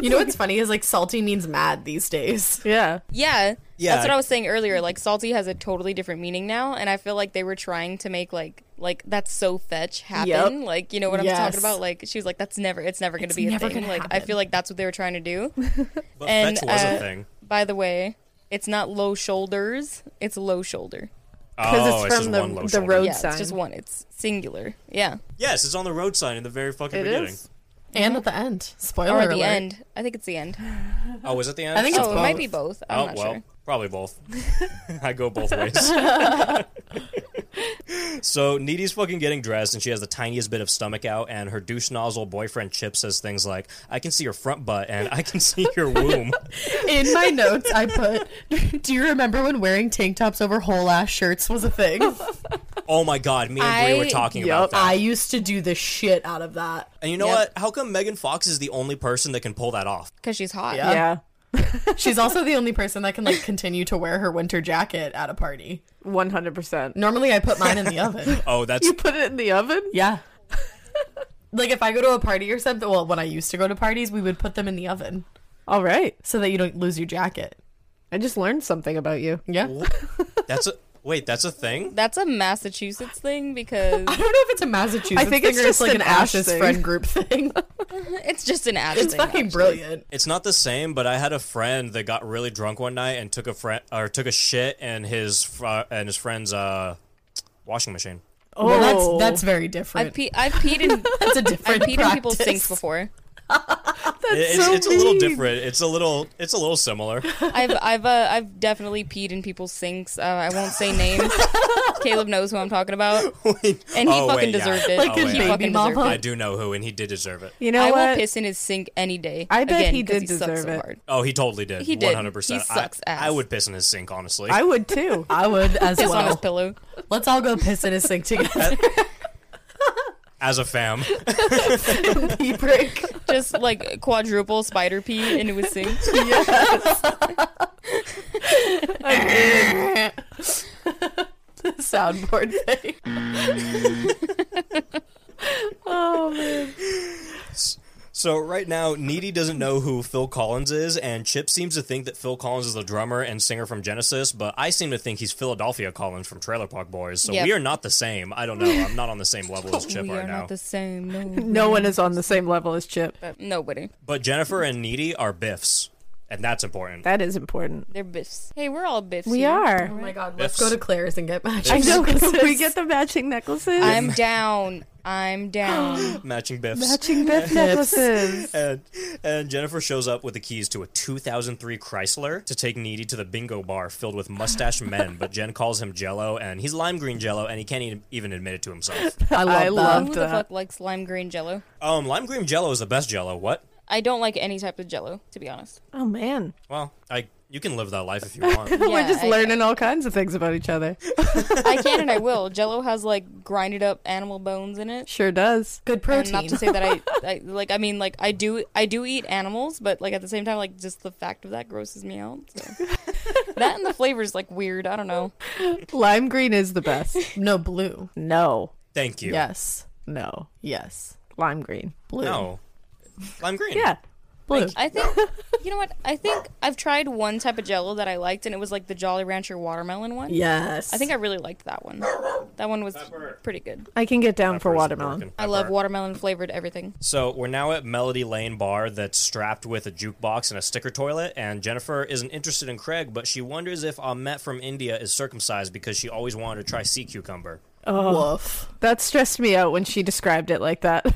You know what's funny is like salty means mad these days.
Yeah.
Yeah.
Yeah.
That's what I was saying earlier. Like salty has a totally different meaning now, and I feel like they were trying to make like like that's so fetch happen.
Yep.
Like you know what I'm
Yes.
talking about? Like she was like, That's never it's never gonna be a
never
thing.
gonna
Like I
happen.
feel like that's what they were trying to do.
But
And,
fetch was a
uh,
thing.
By the way, it's not low shoulders, it's low shoulder.
Because
Oh,
it's
just
from
one low
the, the
shoulder.
road
Yeah,
sign.
it's just one. It's singular. Yeah.
Yes, it's on the road sign in the very fucking
It
beginning.
is.
And at the end, spoiler
Or
alert.
the end. I think it's the end.
Oh, was it the end?
I think
Oh,
it's
it might be both. I'm
oh
not
well,
sure.
probably both. I go both ways. So Needy's fucking getting dressed and she has the tiniest bit of stomach out and her douche nozzle boyfriend Chip says things like, I can see your front butt and I can see your womb.
In my notes, I put, "Do you remember when wearing tank tops over whole ass shirts was a thing?
oh my god, me and Bree were
I-
talking about
Yup,
that.
I used to do the shit out of that.
and you know what? How come Megan Fox is the only person that can pull that off?
because she's hot.
Yeah.
Yeah.
She's also the only person that can like continue to wear her winter jacket at a party.
One hundred percent.
Normally, I put mine in the oven.
Oh, that's
You put it in the oven?
Yeah. Like if I go to a party or something, well, when I used to go to parties, we would put them in the oven
All right.
so that you don't lose your jacket.
I just learned something about you.
Yeah.
that's a wait, that's a thing?
That's a Massachusetts thing because
I don't know if it's a Massachusetts.
I think
thing
it's
or
just
like
an
an,
Ash
Ashes
thing.
friend group thing.
it's just an Ash
it's
thing,
fucking
actually.
brilliant.
It's not the same, but I had a friend that got really drunk one night and took a friend or took a shit in his fr- and his friend's uh washing machine.
Oh,
Well, that's that's very
I've,
different.
pe- I've peed in
That's a
I've
different.
peed in people's
practice.
sinks before.
It- it's
so
it's a little
mean.
different. It's a little it's a little similar.
I've I've uh, I've definitely peed in people's sinks. Uh, I won't say names. Caleb knows who I'm talking about, and he
Oh,
fucking
wait, yeah.
deserved it.
Like
a
he
baby
fucking
mama?
deserved
I
it.
do know who, and he did deserve it.
You know
I will
what?
piss in his sink any day.
I bet
Again,
he
'cause
did
sucks
deserve
so
it.
hard.
Oh, he totally did.
He did.
One hundred percent.
He sucks
I,
ass.
I would piss in his sink, honestly.
I would too.
I would as
Piss on his
well.
pillow.
Let's all go piss in a sink together.
as a fam.
pee break.
Just like quadruple spider pee into his sink.
Soundboard thing.
oh man.
so right now, Needy doesn't know who Phil Collins is, and Chip seems to think that Phil Collins is the drummer and singer from Genesis, but I seem to think he's Philadelphia Collins from Trailer Park Boys. So
Yep.
we are not the same. I don't know. I'm not on the same level as Chip
we
right
are
now.
not the same. No,
No one is on the same level as Chip.
nobody.
but Jennifer and Needy are Biffs, and that's important.
That is important.
They're biffs. Hey, we're all biffs.
We
here.
are.
Oh my god, let's
let's go
go
to
to Claire's and get matching.
I know. we get the matching necklaces.
I'm down. I'm down.
Matching Biffs.
matching Beth necklaces.
and, and Jennifer shows up with the keys to a 2003 Chrysler to take Needy to the bingo bar filled with mustache men. But Jen calls him Jello, and he's lime green Jello, and he can't e- even admit it to himself.
I love
I
that.
love-
Who the
that.
fuck likes lime green jello?
Um, lime green Jello is the best Jello. What?
I don't like any type of jello, to be honest.
Oh man.
Well, I you can live that life if you want.
We're
Yeah,
just
I-
learning all kinds of things about each other.
I can and I will. Jello has like grinded up animal bones in it.
Sure does.
Good
And
protein.
not to say that I, I like I mean like I do I do eat animals, but like at the same time like just the fact of that grosses me out. So. that and the flavor's like weird. I don't know.
Lime green is the best.
no blue.
No.
Thank you.
Yes.
No.
Yes.
Lime green.
Blue.
No. Lime green.
Yeah.
Blue.
I think you know what? I think I've tried one type of jello that I liked and it was like the Jolly Rancher watermelon one.
yes.
I think I really liked that one. That one was pretty good.
I can get down for
Pepper's
watermelon.
American
I love
pepper.
watermelon flavored everything.
So we're now at Melody Lane Bar that's strapped with a jukebox and a sticker toilet, and Jennifer isn't interested in Craig, but she wonders if Ahmet from India is circumcised because she always wanted to try sea cucumber.
Woof.
That stressed me out when she described it like that.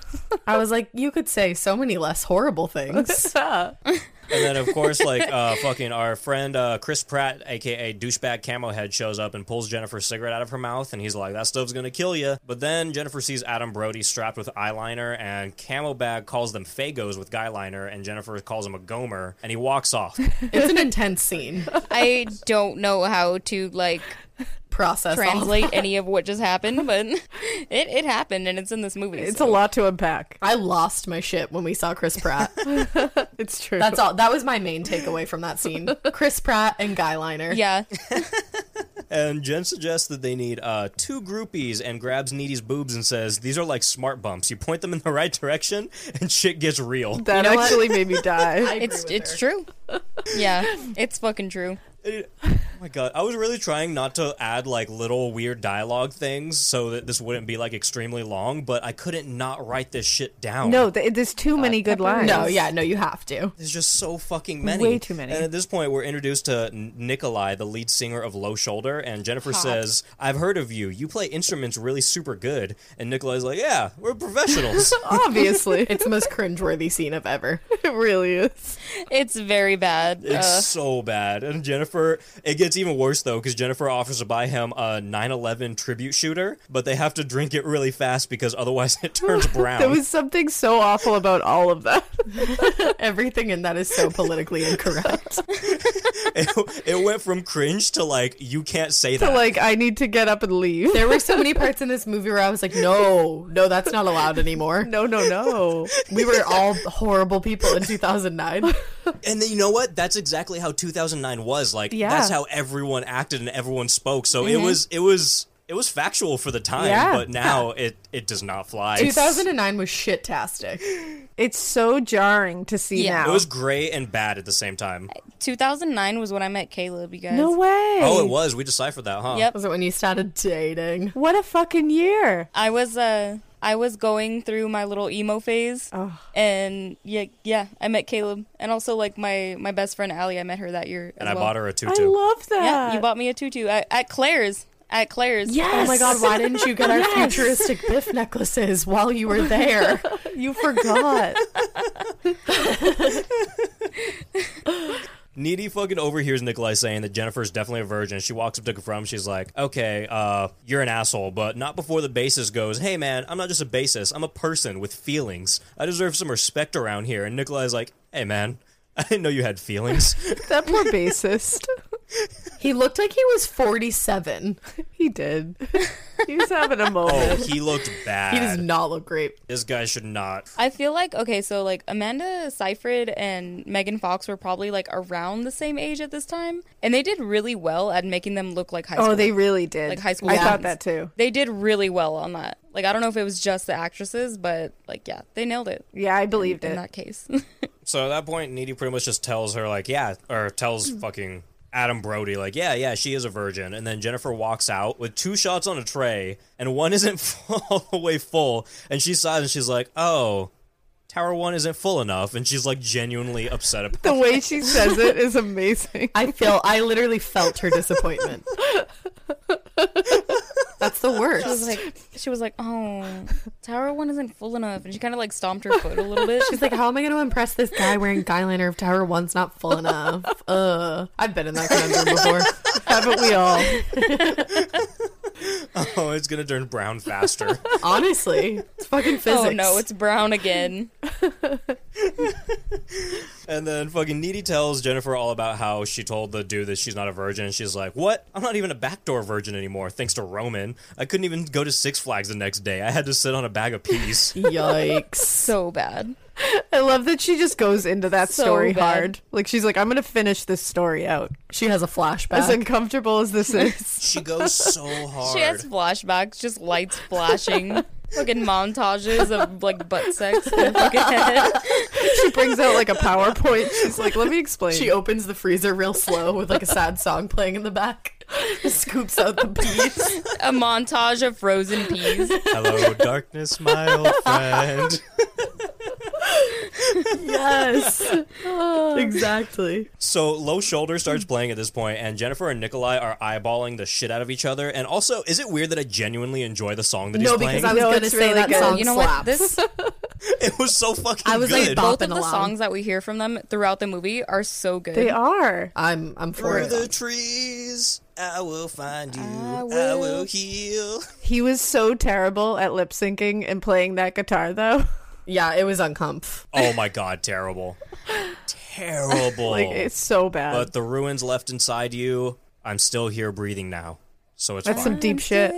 I was like, you could say so many less horrible things.
And then of course, like uh, fucking our friend uh, Chris Pratt, aka douchebag camo head, shows up and pulls Jennifer's cigarette out of her mouth, and he's like, "That stuff's gonna kill you." But then Jennifer sees Adam Brody strapped with eyeliner, and camo bag calls them fagos with guyliner, and Jennifer calls him a gomer, and he walks off.
it's an intense scene.
I don't know how to like
Process. all-
translate any of what just happened, but it, it happened and it's in this movie.
it's a
so.
lot to unpack.
I lost my shit when we saw Chris Pratt.
It's true.
That's all. That was my main takeaway from that scene. Chris Pratt and Guyliner.
Yeah.
And Jen suggests that they need uh, two groupies and grabs Needy's boobs and says, These are like smart bumps. You point them in the right direction and shit gets real.
that
know what?
actually made me die.
It's it's true. Yeah. It's fucking true.
Oh my god. I was really trying not to add like little weird dialogue things so that this wouldn't be like extremely long, but I couldn't not write this shit down.
no, th- there's too many good lines.
No, yeah, no, you have to.
There's just so fucking many.
Way too many.
And at this point, we're introduced to N- Nikolai, the lead singer of Low Shoulder, and Jennifer says, I've heard of you. You play instruments really super good. And Nikolai's like, Yeah, we're professionals.
Uh. Obviously.
It's the most cringeworthy scene of ever.
it really is.
It's very bad.
It's
Uh,
so bad. And Jennifer, it gets even worse though because Jennifer offers to buy him a 9/11 tribute shooter, but they have to drink it really fast because otherwise it turns brown.
There was something so awful about all of that.
Everything in that is so politically incorrect.
it, it went from cringe to like you can't say
to
that.
like, I need to get up and leave.
There were so many parts in this movie where I was like, no, no, that's not allowed anymore.
No, no, no.
We were all horrible people in 2009.
and then you know what? That's exactly how 2009 was. Like
Yeah. Mm-hmm.
that's how everyone acted and everyone spoke. So it was it was it was factual for the time,
Yeah.
but now it it does not fly.
2009 was shit-tastic.
It's so jarring to see
Yeah.
now.
It was great and bad at the same time.
2009 was when I met Caleb, you guys.
no way.
Oh, it was. We deciphered that, huh?
Yep.
Was it when you started dating?
What a fucking year.
I was uh I was going through my little emo phase. And yeah, yeah, I met Caleb and also like my my best friend Allie, I met her that year
And
as
I
well.
bought her a tutu.
I love that.
Yeah, you bought me a tutu at, at Claire's. At Claire's.
Oh my god, why didn't you get our futuristic biff necklaces while you were there?
You forgot.
Needy fucking overhears Nikolai saying that Jennifer's definitely a virgin. She walks up to Confirm. She's like, okay, uh, you're an asshole, but not before the bassist goes, hey man, I'm not just a bassist. I'm a person with feelings. I deserve some respect around here. And Nikolai's like, hey man, I didn't know you had feelings.
that poor bassist.
He looked like he was 47.
He did. He was having a moment.
oh, he looked bad.
He does not look great.
this guy should not.
I feel like okay, so like Amanda Seyfried and Megan Fox were probably like around the same age at this time, and they did really well at making them look like high school.
Oh, they really did.
like high school.
I thought
students.
that too.
They did really well on that. Like I don't know if it was just the actresses, but like yeah, they nailed it
Yeah, I believed
in
it.
that case.
So at that point, Needy pretty much just tells her, like, yeah, or tells fucking Adam Brody, like, yeah, yeah, she is a virgin. And then Jennifer walks out with two shots on a tray, and one isn't all the way full. And she sighs and she's like, oh, Tower One isn't full enough. And she's like genuinely upset about
The way she says it is amazing.
I feel I literally felt her disappointment. That's the worst.
she was like, she was like, oh, Tower One isn't full enough, and she kind of like stomped her foot a little bit.
She's like, how am I going to impress this guy wearing guyliner if Tower One's not full enough? Uh, I've been in that conundrum before.
Haven't we all?
Oh, it's going to turn brown faster.
Honestly, it's fucking physics.
oh no, it's brown again.
and then fucking Needy tells Jennifer all about how she told the dude that she's not a virgin. And she's like, what? I'm not even a backdoor virgin anymore, thanks to Roman. I couldn't even go to Six Flags the next day. I had to sit on a bag of peas.
yikes.
So bad.
I love that she just goes into that
So
story
bad.
hard. Like she's like, I'm gonna finish this story out.
She has a flashback.
As uncomfortable as this is.
She goes so hard.
She has flashbacks, just lights flashing. Fucking montages of like butt sex in her fucking head.
she brings out like a PowerPoint. She's like, Let me explain.
She opens the freezer real slow with like a sad song playing in the back. Scoops out the peas.
A montage of frozen peas.
Hello, darkness, my old friend.
yes. exactly.
So, Low Shoulder starts playing at this point, and Jennifer and Nikolai are eyeballing the shit out of each other. And also, is it weird that I genuinely enjoy the song that
No,
he's
because
playing?
I was
No,
going to
it's
say
really
that
good.
song
You know
slaps.
what? This
It was so fucking
I was like,
good.
"Bop."
both of the
Bopping along.
songs that we hear from them throughout the movie are so good.
they are.
I'm I'm for
Through
it.
the trees, I will find you. I will,
will-
heal.
He was so terrible at lip syncing and playing that guitar though.
Yeah, it was uncomf.
Oh my god, terrible. Terrible.
Like it's so bad.
but the ruins left inside you, I'm still here breathing now. So it's
That's
fine.
some deep shit.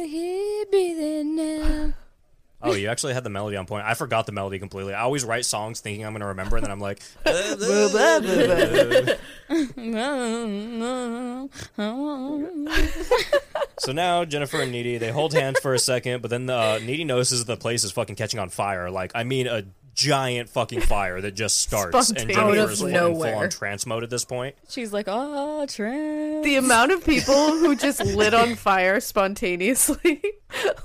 Oh, you actually had the melody on point. I forgot the melody completely. I always write songs thinking I'm going to remember, and then I'm like, uh, blah, blah, blah, blah, blah. so now Jennifer and Needy they hold hands for a second, but then uh, Needy notices the place is fucking catching on fire. Like, I mean, a giant fucking fire that just starts, and
Spontaneously.
Jennifer is
Out of
full
nowhere.
on trance mode at this point.
She's like, oh, trans.
The amount of people who just lit on fire spontaneously.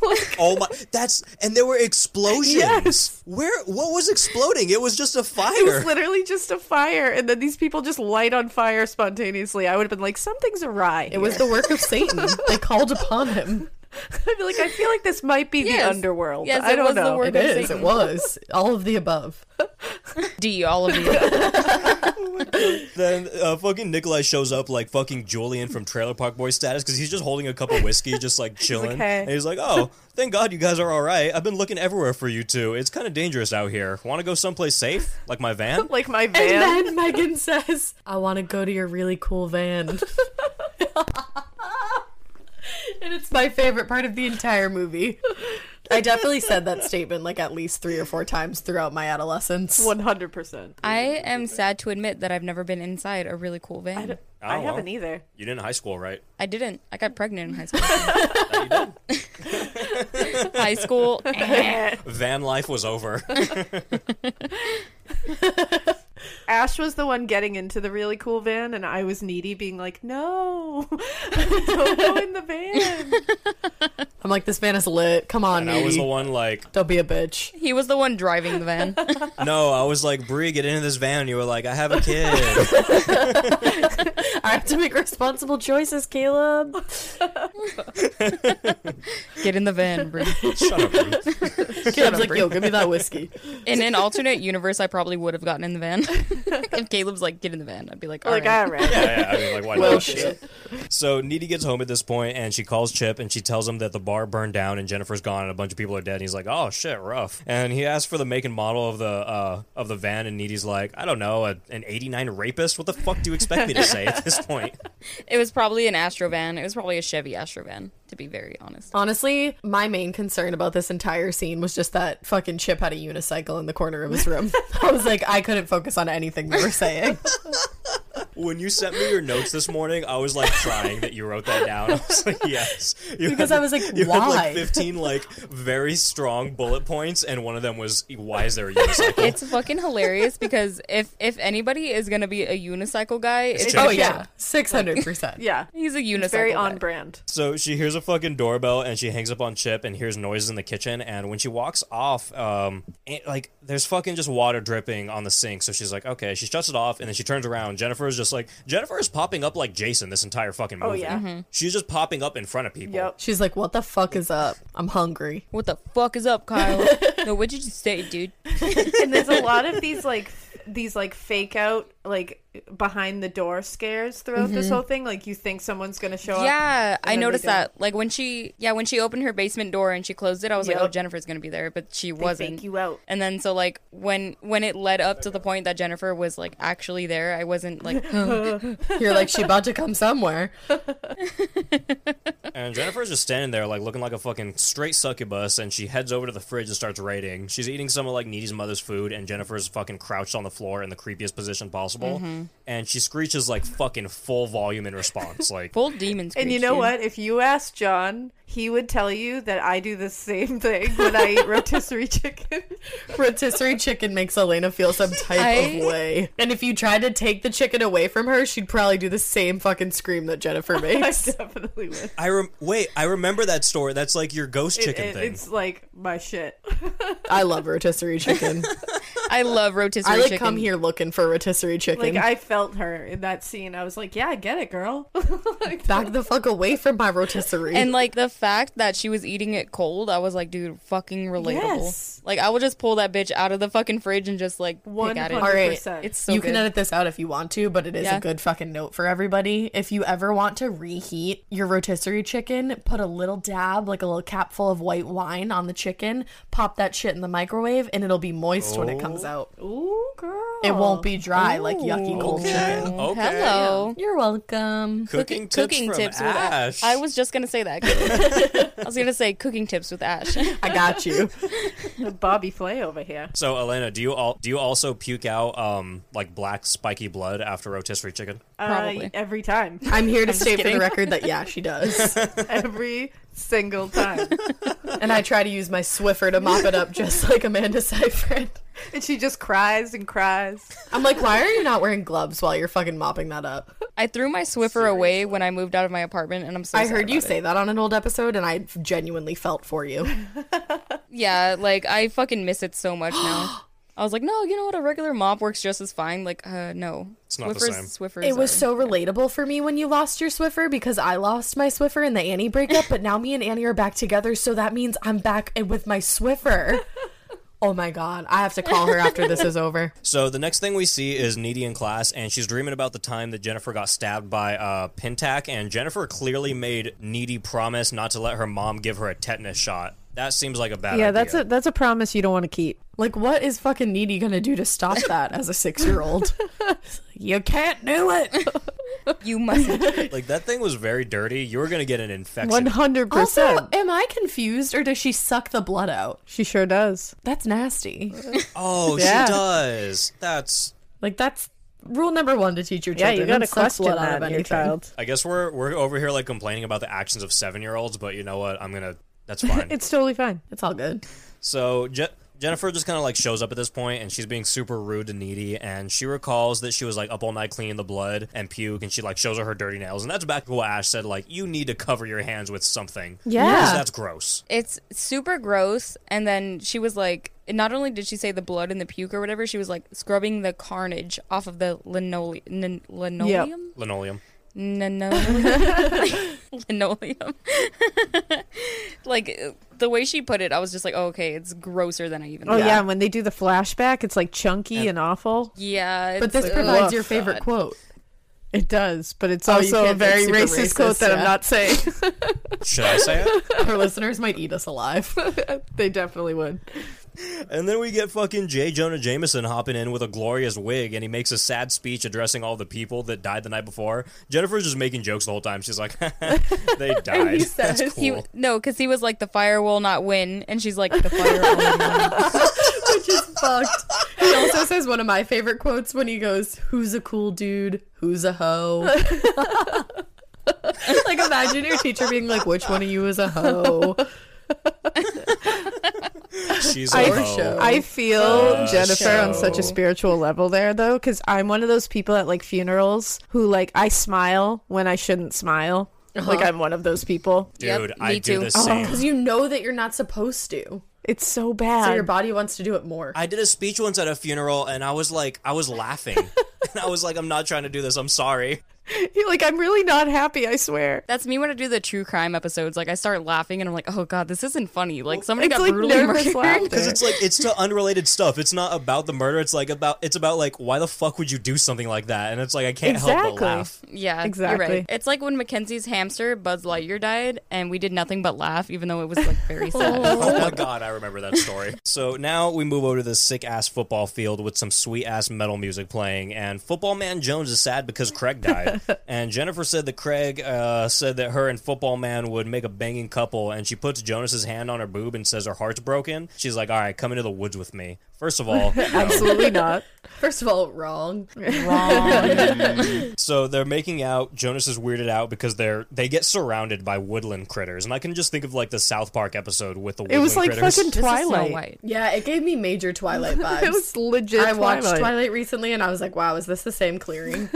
like,
Oh my! That's and there were explosions.
Yes.
Where? What was exploding? It was just a fire.
it was literally just a fire, and then these people just light on fire spontaneously. I would have been like, something's awry.
It was the work of Satan. they called upon him.
I feel like I feel like this might be
Yes.
the underworld.
Yes,
I
it
don't
was the
know.
work
It
of
is. It
Satan.
was. All of the above.
D, all of you.
Then uh, fucking Nikolai shows up like fucking Julian from Trailer Park Boy status because he's just holding a cup of whiskey, just like chilling.
"Hey."
And he's like, "Oh, thank God you guys are all right. I've been looking everywhere for you two. It's kind of dangerous out here. Want to go someplace safe, like my van?"
Like my
And
van.
then Megan says, I want to go to your really cool van. and it's my favorite part of the entire movie. I definitely said that statement like at least three or four times throughout my adolescence.
One hundred percent.
I am sad to admit that I've never been inside a really cool van.
Oh,
I
well.
haven't either.
You didn't in high school, right?
I didn't. I got pregnant in high school. high school. eh.
Van life was over.
Ash was the one getting into the really cool van, and I was needy, being like, "No, don't go in the van."
I'm like, this van is lit. Come on,
and I was
Needy.
the one like,
Don't be a bitch.
he was the one driving the van.
"No, I was like, Bree, get into this van." And you were like, "I have a kid."
I have to make responsible choices, Caleb.
Get in the van, Bree.
Shut up, Bree.
Caleb's like, yo, give me that whiskey.
In an alternate universe, I probably would have gotten in the van. if Caleb's like, get in the van, I'd be like, all
like,
right.
all right.
Yeah, yeah, I mean, like, why
Well,
not?
shit.
So Needy gets home at this point, and she calls Chip, and she tells him that the bar burned down, and Jennifer's gone, and a bunch of people are dead. And he's like, "Oh shit, rough." And he asks for the make and model of the uh, of the van, and Needy's like, "I don't know, a, an '89 rapist. What the fuck do you expect me to say at this point?"
It was probably an Astro van. It was probably a Chevy Astro van, to be very honest.
Honestly, my main concern about this entire scene was just that fucking Chip had a unicycle in the corner of his room. I was like, I couldn't focus on anything they were saying.
When you sent me your notes this morning, I was like crying that you wrote that down. I was like, "Yes," You
Because
had-
I was like,
you had
"Why?"
like 15 like very strong bullet points, and one of them was, "Why is there a unicycle?"
It's fucking hilarious because if if anybody is gonna be a unicycle guy, it's
Oh
Chip.
yeah, six hundred percent.
Yeah,
he's a unicycle.
very
guy.
on brand.
So she hears a fucking doorbell and she hangs up on Chip and hears noises in the kitchen. And when she walks off, um, it, like there's fucking just water dripping on the sink. So she's like, okay, she shuts it off and then she turns around. Jennifer is just like, Jennifer is popping up like Jason this entire fucking movie.
Oh, yeah. Mm-hmm.
She's just popping up in front of people.
Yep.
She's like, "What the fuck is up? I'm hungry."
What the fuck is up, Kyle? no, what did you say, dude?
and there's a lot of these like f- these like fake out like behind the door scares throughout this whole thing like you think someone's gonna show up
Yeah, I
then they
noticed
don't.
that. Like when she, yeah, when she opened her basement door and she closed it, I was like,
Yep.
"Oh, Jennifer's gonna be there," but she wasn't.
fake you out.
And then so like when when it led up to the point that Jennifer was like actually there, I wasn't like,
You're like, "She about to come somewhere."
And Jennifer's just standing there, like looking like a fucking straight succubus. And she heads over to the fridge and starts raiding. She's eating some of like Needy's mother's food, and Jennifer's fucking crouched on the floor in the creepiest position possible.
Mm-hmm.
And she screeches like fucking full volume in response, like.
"Full demons."
and you know what if you asked john he would tell you that i do the same thing when i eat rotisserie chicken
Rotisserie chicken makes Elena feel some type
I-
of way, and if you tried to take the chicken away from her, she'd probably do the same fucking scream that Jennifer
i
makes.
definitely would
I rem- wait. I remember that story. That's like your ghost chicken
It-
thing.
it's like my shit
I love rotisserie chicken.
I love rotisserie
I like
chicken.
come here looking for rotisserie chicken.
like i felt her in that scene i was like yeah get it girl like,
Back the fuck away from my rotisserie.
And like the fact that she was eating it cold, I was like, dude, fucking relatable.
Yes.
Like I will just pull that bitch out of the fucking fridge and just like
One
pick at it.
All
hundred-
right,
percent.
It's so
you
good.
can edit this out if you want to, but it is
Yeah.
a good fucking note for everybody. If you ever want to reheat your rotisserie chicken, put a little dab, like a little cap full of white wine on the chicken, pop that shit in the microwave, and it'll be moist when it comes out.
ooh girl
Oh.
It won't be dry like yucky cold chicken.
Okay.
Hello.
You're welcome.
Cooking, tips
Cooking
from
tips with
Ash.
Ash. I was just gonna say that. I was gonna say cooking tips with Ash.
I got you.
bobby flay over here
so Elena, do you all do you also puke out um like black spiky blood after rotisserie chicken?
uh,
Probably.
every time
I'm here to state for the record that yeah, she does.
every single time
and I try to use my Swiffer to mop it up just like Amanda Seyfried.
And she just cries and cries.
I'm like, why are you not wearing gloves while you're fucking mopping that up?
I threw my Swiffer away when I moved out of my apartment, and I'm so.
I
sad
heard you
about it.
say that on an old episode, and I genuinely felt for you.
Yeah, like I fucking miss it so much now. I was like, no, you know what? A regular mop works just as fine. Like, uh, no.
It's not the same.
Swiffer.
It was so relatable for me when you lost your Swiffer because I lost my Swiffer in the Annie breakup, but now me and Annie are back together, so that means I'm back and with my Swiffer. Oh my god, I have to call her after this is over.
So the next thing we see is Needy in class, and she's dreaming about the time that Jennifer got stabbed by uh, Pintac, and Jennifer clearly made Needy promise not to let her mom give her a tetanus shot. That seems like a bad
yeah,
idea.
that's a that's a promise you don't want to keep.
Like, what is fucking Needy gonna do to stop that as a six year old? you can't do it.
you must.
like that thing was very dirty. You were gonna get an infection.
One hundred
Also,
percent.
am I confused or does she suck the blood out?
She sure does.
That's nasty.
Oh,
Yeah.
she does. That's.
Like, that's rule number one to teach your
Yeah,
children.
you got to
Don't suck
question
blood out of
that in your
anything.
child.
I guess we're we're over here like complaining about the actions of seven year olds, but you know what? I'm gonna. That's fine.
It's totally fine.
It's all good.
So Je- Jennifer just kind of like shows up at this point, and she's being super rude to Needy, and she recalls that she was like up all night cleaning the blood and puke, and she like shows her her dirty nails, and that's back to what Ash said, like you need to cover your hands with something.
Yeah.
'Cause that's gross.
it's super gross. And then she was like, not only did she say the blood and the puke or whatever, she was like scrubbing the carnage off of the linole- lin- linoleum.
Linoleum.
Linoleum. linoleum. like the way she put it, I was just like, oh, okay, it's grosser than I even.
Oh yeah.
thought.
and when they do the flashback, it's like chunky and, awful.
Yeah,
But
it's-
this
ugh,
provides
woof.
your favorite quote.
It does, but it's
Oh, you
also a
can't- it's
very
super
racist, quote
racist,
that I'm
yeah.
not saying.
Should I say it?
Our listeners might eat us alive.
they definitely would.
And then we get fucking J. Jonah Jameson hopping in with a glorious wig, and he makes a sad speech addressing all the people that died the night before. Jennifer's just making jokes the whole time. She's like, "They died. That's
He,
cool."
no, because he was like, the fire will not win. And she's like, the fire will not win.
which is fucked. He also says one of my favorite quotes when he goes, "Who's a cool dude? Who's a hoe?" like imagine your teacher being like, "Which one of you is a hoe?"
She's oh, a
I,
hoe.
I feel
uh,
Jennifer on such a
show.
spiritual level there though, because I'm one of those people at like funerals who like I smile when I shouldn't smile.
Uh-huh.
Like I'm one of those people.
Dude,
Yep,
I
me
do
too.
the same.
Because you know that you're not supposed to,
It's so bad.
so your body wants to do it more.
I did a speech once at a funeral and I was like, I was laughing. and I was like, I'm not trying to do this. I'm sorry.
You're like I'm really not happy. I swear.
That's me when I do the true crime episodes. Like, I start laughing and I'm like, oh, God, this isn't funny. Like, somebody
It's
got
like
brutally
nervous
murdered.
Because
laughter.
it's like, it's to unrelated stuff. It's not about the murder. It's like about, it's about like, why the fuck would you do something like that? And it's like, I can't help but
Exactly.
laugh.
Yeah,
Exactly.
You're right. It's like when Mackenzie's hamster, Buzz Lightyear, died, and we did nothing but laugh, even though it was like very sad.
Oh my god, I remember that story. so now we move over to this sick ass football field with some sweet ass metal music playing, and Football Man Jones is sad because Craig died. and Jennifer said that Craig uh, said that her and Football Man would make a banging couple, and she puts Jonas's hand on her boob and says her heart's broken. She's like, "All right, come into the woods with me." First of all, no.
Absolutely not.
First of all, wrong.
so they're making out. Jonas is weirded out because they're they get surrounded by woodland critters, and I can just think of like the South Park episode with the
It
woodland
was like
critters.
fucking
This is
Twilight.
Snow White.
Yeah, it gave me major Twilight vibes.
It was legit.
I watched
Twilight.
Twilight. recently, and I was like, "Wow, is this the same clearing?"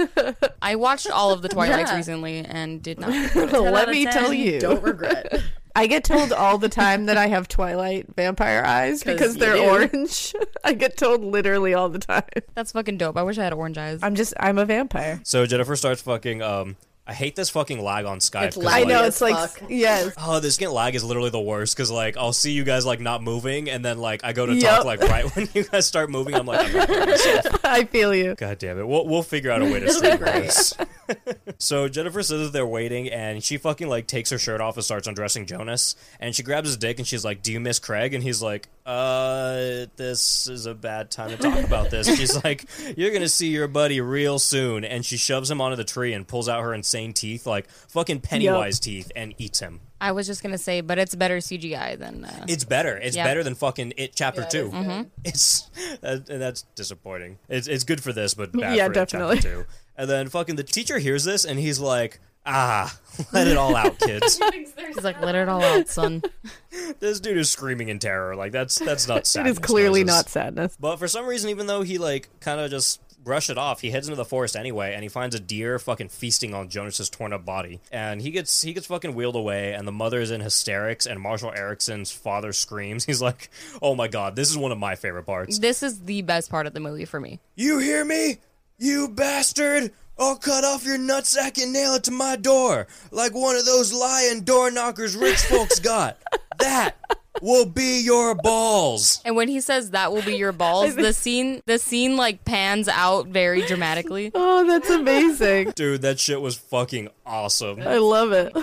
I watched all of the Twilights
Yeah.
recently and did not.
Let me tell you.
Don't regret.
I get told all the time that I have Twilight vampire eyes
'Cause
because
you
they're
do.
orange. I get told literally all the time.
That's fucking dope. I wish I had orange eyes.
I'm just I'm a vampire.
So Jennifer starts fucking. Um, I hate this fucking lag on Skype.
It's
'cause,
lag-
I know
Like-
it's like
Fuck.
yes.
Oh, this getting lag is literally the worst because like I'll see you guys like not moving, and then like I go to talk
Yep.
like right when you guys start moving, I'm like, I'm not doing this.
I feel you.
God damn it, we'll we'll figure out a way to sleep this. so Jennifer says that they're waiting, and she fucking like takes her shirt off and starts undressing Jonas, and she grabs his dick and she's like, "Do you miss Craig?" And he's like, "Uh, this is a bad time to talk about this." She's like, "You're gonna see your buddy real soon," and she shoves him onto the tree and pulls out her insane teeth, like fucking Pennywise teeth, and eats him.
I was just gonna say, but it's better CGI than. Uh,
It's better. It's
Yeah.
better than fucking it chapter two. It's that, and that's disappointing. It's it's good for this, but bad
Yeah,
for
definitely.
It chapter two. And then fucking the teacher hears this and he's like, ah, let it all out, kids.
he's like, let it all out, son.
this dude is screaming in terror. Like that's that's not.
It is clearly not sadness.
But for some reason, even though he like kind of just brush it off. He heads into the forest anyway, and he finds a deer fucking feasting on Jonas's torn up body. And he gets he gets fucking wheeled away, and the mother is in hysterics. And Marshall Erickson's father screams. He's like, "Oh my god, this is one of my favorite parts."
This is the best part of the movie for me.
You hear me? You bastard! I'll cut off your nutsack and nail it to my door, like one of those lying door knockers rich folks got. That will be your balls.
And when he says that will be your balls, the scene the scene like pans out very dramatically.
Oh, that's amazing.
Dude, that shit was fucking awesome.
I love it.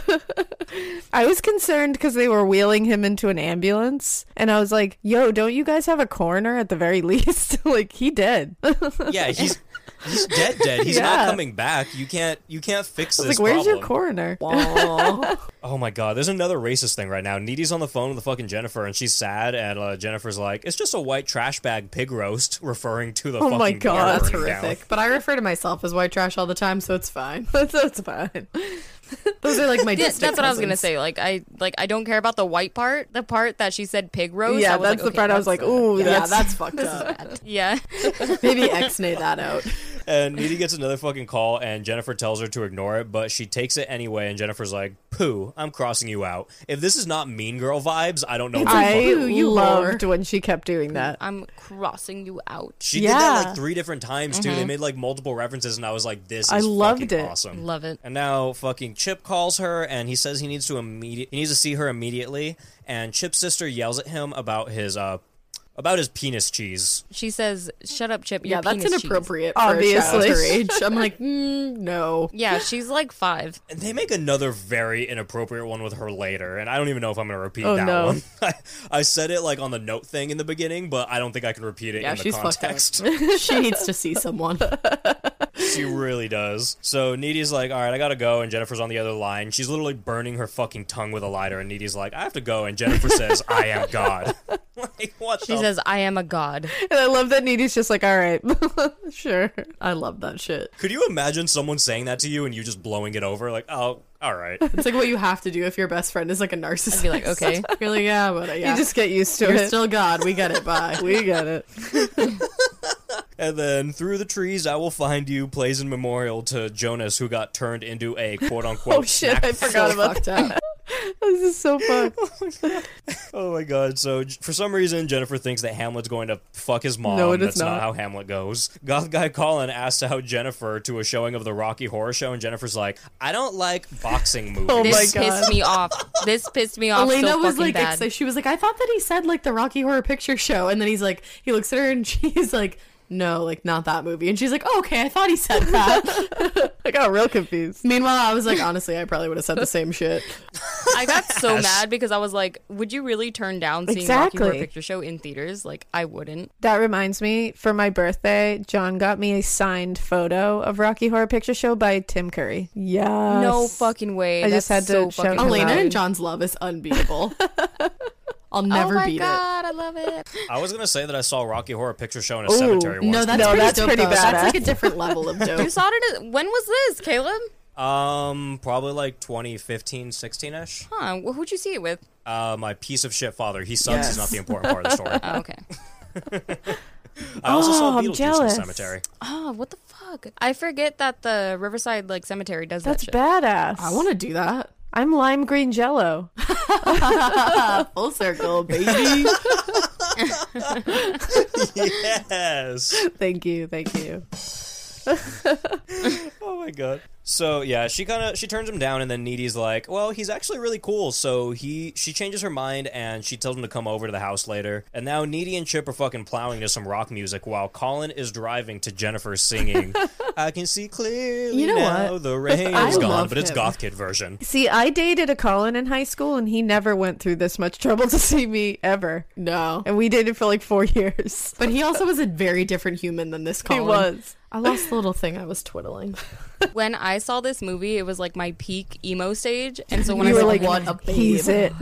I was concerned because they were wheeling him into an ambulance, and I was like, "Yo, don't you guys have a coroner at the very least? like, he dead." I was
Yeah, he's he's dead dead. He's
Yeah.
not coming back. You can't you can't fix this
like, "Where's your
problem."
coroner?"
Oh my god, there's another racist thing right now. Needy's on the phone with the fucking Jennifer and she's sad and uh, Jennifer's like, "It's just a white trash bag pig roast," referring to the
Oh
fucking
my
Oh,
God,
bar
that's
burning down.
horrific. But I refer to myself as white trash all the time, so it's fine.
that's, that's fine.
Those are like my
Yeah,
distant
that's what I was
cousins.
gonna say. Like I like I don't care about the white part. The part that she said pig roast.
yeah,
I
that's
was like,
the
okay,
part I was
that's
like, "Ooh,
Yeah,
that's,
that's, fucked up.
Yeah.
Maybe X-nay that out.
And Needy gets another fucking call, and Jennifer tells her to ignore it, but she takes it anyway. And Jennifer's like, "Pooh, I'm crossing you out. If this is not Mean Girl vibes, I don't know." what
I
fuck-
Ooh, you
loved when she kept doing that.
I'm crossing you out.
She did that
Yeah.
like three different times too. They made like multiple references, and I was like, "This is
I loved
fucking
it.
awesome,
Love it.
And now fucking Chip calls her, and he says he needs to immediate he needs to see her immediately. And Chip's sister yells at him about his uh about his penis cheese.
She says, "Shut up, Chip." Your
Yeah, that's
penis cheese."
inappropriate.
Obviously.
Obviously, for a child's age. I'm like, mm, no.
Yeah, she's like five.
And they make another very inappropriate one with her later, and I don't even know if I'm going to repeat
Oh,
that
no.
one. I, I said it like on the note thing in the beginning, but I don't think I can repeat it
Yeah,
in the
she's fucked up.
context.
She needs to see someone.
she really does. So Needy's like, "All right, I gotta go," and Jennifer's on the other line. She's literally burning her fucking tongue with a lighter, and Needy's like, "I have to go," and Jennifer says, "I am God." like what?
Oh.
She
the
says, "I am a god."
And I love that Needy's just like, "All right, sure."
I love that shit.
Could you imagine someone saying that to you and you just blowing it over? Like, oh, all right.
It's like what you have to do if your best friend is like a narcissist.
Be like, okay.
You're like, yeah, but uh, yeah.
You just get used to
You're
it.
still God. We get it. Bye.
we got it.
and then through the trees, I will find you. Plays in memorial to Jonas, who got turned into a quote unquote.
Oh shit, I forgot
So
about
fucked up.
this. Is so fun.
Oh my god. So J- for some reason, Jennifer thinks that Hamlet's going to fuck his mom.
No, it is
That's not.
not.
how Hamlet goes. Goth guy Colin asks out Jennifer to a showing of the Rocky Horror Show, and Jennifer's like, "I don't like boxing movies."
Oh my
This
God.
pissed me off. This pissed me off
Elena
so
was
fucking
like,
bad.
excited. she was like, I thought that he said like the Rocky Horror Picture Show, and then he's like, he looks at her and she's like, no, like not that movie, and she's like, oh, okay, I thought he said that.
I got real confused.
Meanwhile, I was like, honestly, I probably would have said the same shit.
I got so mad because I was like, "Would you really turn down seeing Rocky Horror
Exactly.
Picture Show in theaters?" Like, I wouldn't.
That reminds me, for my birthday, John got me a signed photo of Rocky Horror Picture Show by Tim Curry. Yes.
No fucking way.
I
That's
just had to
so
shout
fucking
him
bad.
Elena
out.
and John's love is unbeatable. I'll never
oh my
beat
god, I love it.
I was gonna say that I saw Rocky Horror Picture Show
Oh,
in a cemetery
it.
once.
No, that's
No,
pretty
that's
dope.
pretty
though. That's like a
badass.
different level of
You
dope.
saw it. At, when was this, Caleb?
um, probably like 2015, 16ish.
Huh? wh- Who'd you see it with?
Uh, my piece of shit father. He sucks. He's not the important part of the story.
Uh,
Oh, okay.
I also
Oh,
saw
I'm
Beetlejuice in the
jealous.
cemetery.
Oh, what the fuck? I forget that the Riverside like cemetery does
That's
that.
badass.
I want to do that.
I'm lime green jello.
Full circle, baby.
yes.
thank you, thank you.
Oh my god. So yeah, she kind of she turns him down, and then Needy's like, "Well, he's actually really cool." So he she changes her mind, and she tells him to come over to the house later. And now Needy and Chip are fucking plowing to some rock music while Colin is driving to Jennifer singing. I can see clearly
You know
now
what?
the rain
I
is gone,
love
but it's
him.
Goth Kid version.
See, I dated a Colin in high school, and he never went through this much trouble to see me ever.
no.
And we dated for like four years.
But he also was a very different human than this Colin.
was.
I lost the little thing I was twiddling.
When I saw this movie, it was like my peak emo stage, and so when
You
I
were
saw
like,
him,
what a babe.
He's it.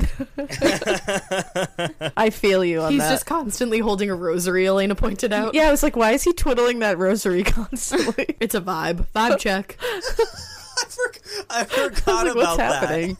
I feel you on
He's
that.
just constantly holding a rosary, Elena pointed out.
yeah, I was like, why is he twiddling that rosary constantly?
It's a vibe. Vibe check.
I, for- I forgot about
like, what's
that.
happening?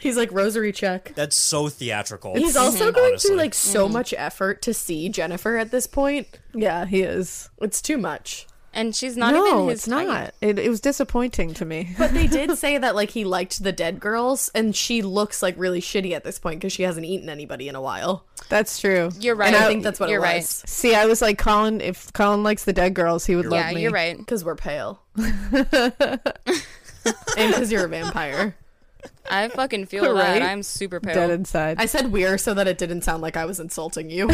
He's like rosary check.
That's so theatrical.
He's also going
Mm-hmm. honestly.
through like so much effort to see Jennifer at this point.
Yeah, he is.
It's too much.
and she's not
no,
even his
it's
type.
not. It, it was disappointing to me.
But they did say that like he liked the dead girls, and she looks like really shitty at this point because she hasn't eaten anybody in a while.
That's true.
You're right.
And I think that's what
you're
it
right.
was
See, I was like, Colin. If Colin likes the dead girls, he would love
Yeah,
me.
you're right.
because we're pale, and because you're a vampire.
I fucking feel
Right?
that. I'm super pale.
Dead inside.
I said we're so that it didn't sound like I was insulting you.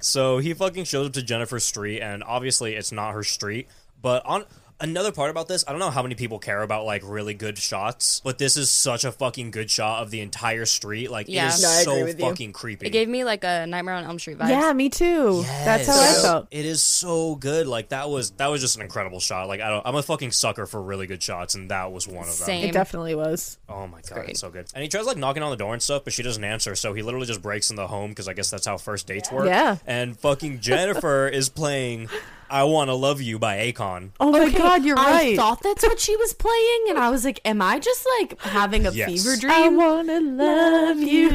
So he fucking shows up to Jennifer's street, and obviously it's not her street. But on another part about this, I don't know how many people care about like really good shots, but this is such a fucking good shot of the entire street. Like
Yeah.
it is
No,
I agree
so
with you.
fucking creepy.
It gave me like a Nightmare on Elm Street vibes.
yeah, me too. That's how I
Yes.
felt.
It is so good. Like that was that was just an incredible shot. Like I don't, I'm a fucking sucker for really good shots, and that was one of them.
Same.
It definitely was.
Oh my god, it's so good. And he tries like knocking on the door and stuff, but she doesn't answer. So he literally just breaks in the home because I guess that's how first dates work.
Yeah.
And fucking Jennifer is playing "I Want to Love You" by Akon.
Oh my god, you're
I
right.
thought that's what she was playing, and I was like, "Am I just like having a
Yes.
fever dream?"
I wanna love you.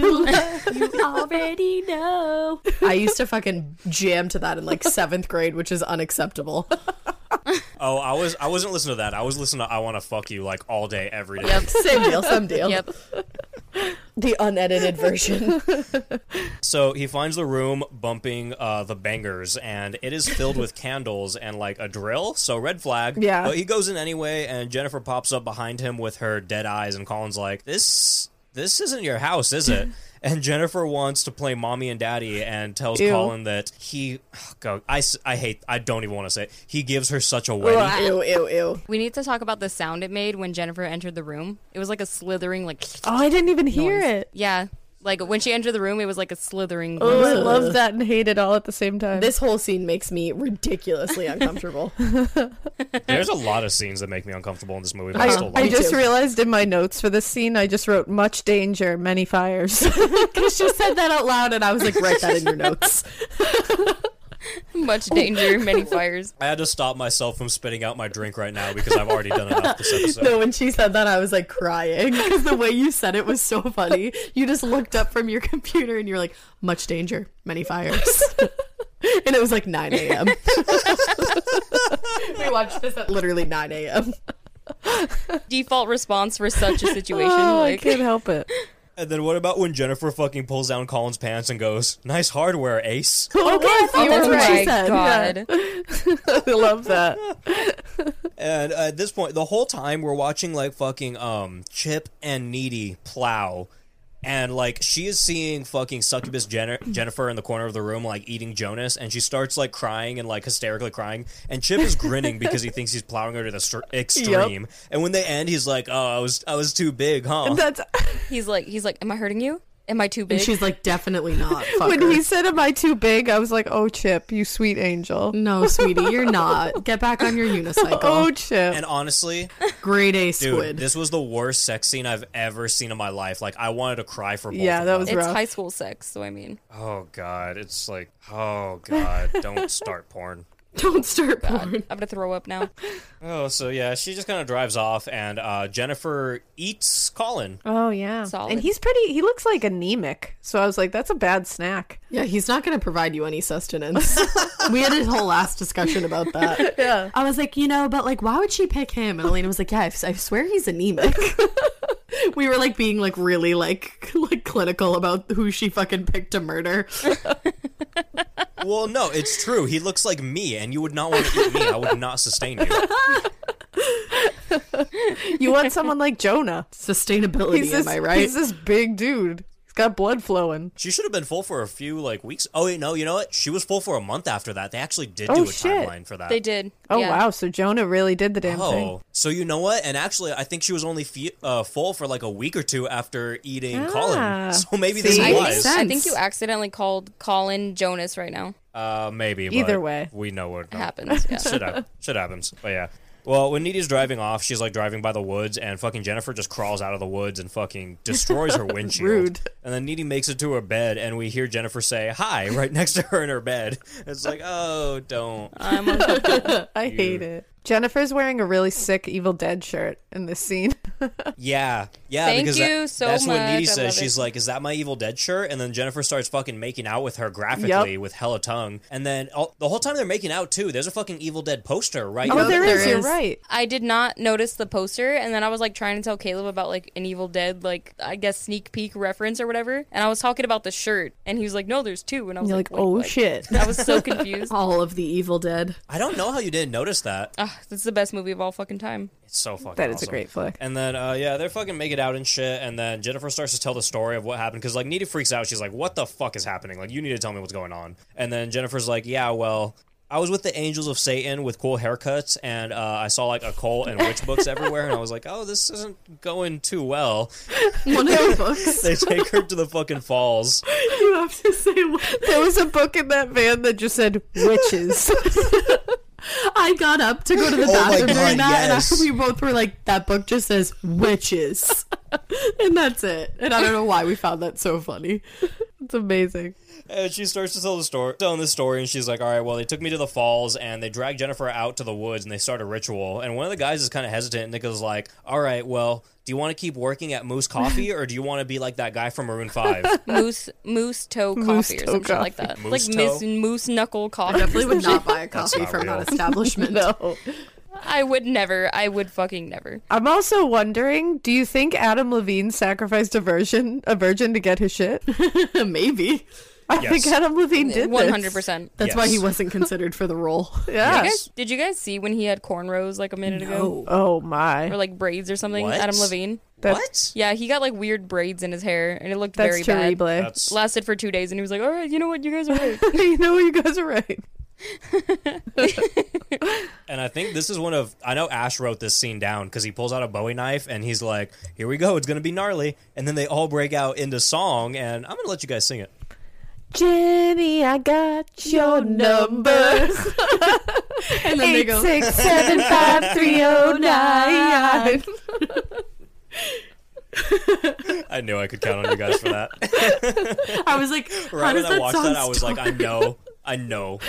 you already know. I used to fucking jam to that in like seventh grade, which is unacceptable.
Oh, I was I wasn't listening to that. I was listening to "I Want to Fuck You" like all day, every day.
Yep.
same deal, same deal.
Yep.
The unedited version.
So he finds the room bumping uh, the bangers, and it is filled with candles and like a drill. So red flag.
Yeah.
But he goes in anyway, and Jennifer pops up behind him with her dead eyes, and Colin's like, "This, this isn't your house, is it?" and Jennifer wants to play mommy and daddy, and tells
Ew.
Colin that he, oh, God, I, s- I hate, I don't even want to say. It. He gives her such a wedding.
ew, ew, ew.
We need to talk about the sound it made when Jennifer entered the room. It was like a slithering, like
oh, I didn't even hear
noise.
it.
Yeah, like when she entered the room, it was like a slithering.
Oh,
noise.
I love that and hate it all at the same time.
This whole scene makes me ridiculously uncomfortable.
There's a lot of scenes that make me uncomfortable in this movie, but I,
I,
still love
I
it.
just
too.
realized in my notes for this scene, I just wrote much danger, many fires.
Because she said that out loud, and I was like, write that in your notes.
Much danger, many fires.
I had to stop myself from spitting out my drink right now because I've already done enough this episode.
No, when she said that, I was like crying because the way you said it was so funny. You just looked up from your computer and you're like, much danger, many fires. and it was like 9 a.m. we watched this at literally 9 a.m.
Default response for such a situation.
oh, I
like,
can't help it.
And then what about when Jennifer fucking pulls down Colin's pants and goes, "Nice hardware, Ace."
Okay,
oh
you were
my
right. Yeah.
god.
I love that.
and uh, at this point, the whole time we're watching like fucking um Chip and Needy plow, and like she is seeing fucking succubus Jen- Jennifer in the corner of the room like eating Jonas, and she starts like crying and like hysterically crying, and Chip is grinning because he thinks he's plowing her to the str- extreme. And when they end, he's like, "Oh, I was I was too big, huh?"
That's
He's like, he's like, am I hurting you? Am I too big?
And she's like, definitely not. Fuck
when
her."
he said, "Am I too big?" I was like, "Oh, Chip, you sweet angel."
no, sweetie, you're not. Get back on your unicycle.
Oh, Chip.
and honestly,
Grade A
Dude,
squid.
this was the worst sex scene I've ever seen in my life. Like, I wanted to cry for both.
Yeah,
of
that
them.
was
it's
rough.
high school sex, so I mean,
Oh god, it's like, oh god, don't start porn.
Don't start porn.
I'm gonna throw up now.
Oh, so yeah, she just kind of drives off, and uh, Jennifer eats Colin.
oh, yeah.
Solid.
And he's pretty. He looks like anemic. So I was like, "That's a bad snack."
Yeah, he's not going to provide you any sustenance. we had a whole last discussion about that. Yeah. I was like, you know, but like, why would she pick him? And Elena was like, yeah, I, I swear he's anemic. we were like being like really like like clinical about who she fucking picked to murder.
Well, no, it's true. He looks like me, and you would not want to eat me. I would not sustain you.
You want someone like Jonah?
Sustainability,
He's
am
this.
I right?
He's this big dude. He's got blood flowing.
She should have been full for a few like weeks. Oh wait, no, you know what? She was full for a month after that. They actually did
Oh,
do a
shit.
timeline for that.
They did.
Oh
yeah.
wow! So Jonah really did the damn thing.
Oh, so you know what? And actually, I think she was only fe- uh, full for like a week or two after eating Colin. So maybe this
Ah, See?
I
Makes
think,
was.
I
sense.
think you accidentally called Colin Jonas right now.
Uh, maybe. but
Either way.
we know what
It happens. Yeah.
Shit, hap- shit happens. But yeah. Well, when Needy's driving off, she's like driving by the woods, and fucking Jennifer just crawls out of the woods and fucking destroys her windshield.
Rude.
And then Needy makes it to her bed, and we hear Jennifer say "Hi"
Uh,
right next to her in her bed. It's like, oh, don't.
I'm a-
I hate it. Jennifer's wearing a really sick Evil Dead shirt in this scene.
Yeah, yeah.
Thank
because
you
that,
so
That's what
much.
Needy
I
says.
love
She's
it.
like, "Is that my Evil Dead shirt?" And then Jennifer starts fucking making out with her graphically with hella tongue. And then all, the whole time they're making out too. There's a fucking Evil Dead poster right.
oh,
there.
there
there
is, You're
is.
right.
I did not notice the poster, and then I was like trying to tell Caleb about like an Evil Dead, like I guess sneak peek reference or whatever. And I was talking about the shirt, and he was like, "No, there's two. And I was
You're
like,
like,
"Wait,
oh
what?"
shit.
I was so confused.
All of the Evil Dead.
I don't know how you didn't notice that.
Ugh, this is the best movie of all fucking time.
It's so fucking.
That is a
awesome.
great flick.
And then, uh, yeah, they're fucking making out and shit. And then Jennifer starts to tell the story of what happened because, like, Nita freaks out. She's like, "What the fuck is happening? Like, you need to tell me what's going on." And then Jennifer's like, "Yeah, well." I was with the Angels of Satan with cool haircuts, and uh, I saw like occult and witch books everywhere, and I was like, "Oh, this isn't going too well."
One of the books.
They take her to the fucking falls.
you have to say what
There was a book in that van that just said witches.
I got up to go to the
my
bathroom
God,
during that,
yes.
and I, we both were like, "That book just says witches," and that's it. And I don't know why we found that so funny.
it's amazing.
And she starts to tell the story, telling the story, and she's like, "All right, well, they took me to the falls, and they dragged Jennifer out to the woods, and they start a ritual." And one of the guys is kind of hesitant, and Nico's like, "All right, well, do you want to keep working at Moose Coffee, or do you want to be like that guy from Maroon 5?
Moose Moose Toe Coffee
Moose
or
Toe
something like that.
Moose Toe?
like Miss Moose Knuckle Coffee.
Definitely would not buy a coffee
not
from
real.
that establishment.
No.
I would never. I would fucking never.
I'm also wondering, do you think Adam Levine sacrificed a virgin a virgin to get his shit?
Maybe
I
Yes.
think Adam Levine did
One
this.
hundred percent.
that's why he
Yes.
wasn't considered for the role.
Yeah.
Yes.
Did you guys see when he had cornrows like a minute ago?
Oh
Or
my.
like braids or something?
What?
Adam Levine.
That-
what?
Yeah, he got like weird braids in his hair and it looked
That's
very bad.
terrible.
That's
Lasted for two days and he was like, All right, you know what, you guys are right.
you know you guys are right.
and I think this is one of I know Ash wrote this scene down because he pulls out a Bowie knife and he's like, "Here we go, it's gonna be gnarly." And then they all break out into song, and I'm gonna let you guys sing it.
Jenny, I got your number.
And then they
Eight
go,
six seven five three oh nine.
I knew I could count on you guys for that.
I was like, how
Right
does
when I
that
watched
sound?
that, I was like, "I know." I know.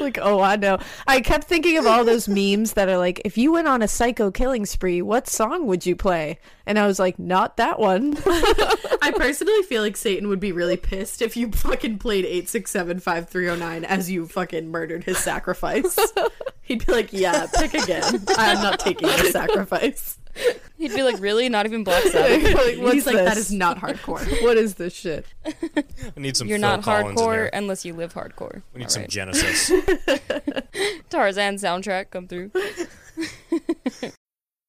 Like, oh, I know. I kept thinking of all those memes that are like, if you went on a psycho killing spree, what song would you play? And I was like, not that one.
I personally feel like Satan would be really pissed if you fucking played eight six seven five three zero nine as you fucking murdered his sacrifice. He'd be like, "Yeah, pick again. I'm not taking your sacrifice."
He'd be like, Really? Not even Black Sabbath.
like, what's
He's like, "That
this?
is not hardcore."
What is this shit?
I need some
You're
Phil
not
Collins in
hardcore
here.
unless you live hardcore.
We need
All
some
right.
Genesis.
Tarzan soundtrack come through.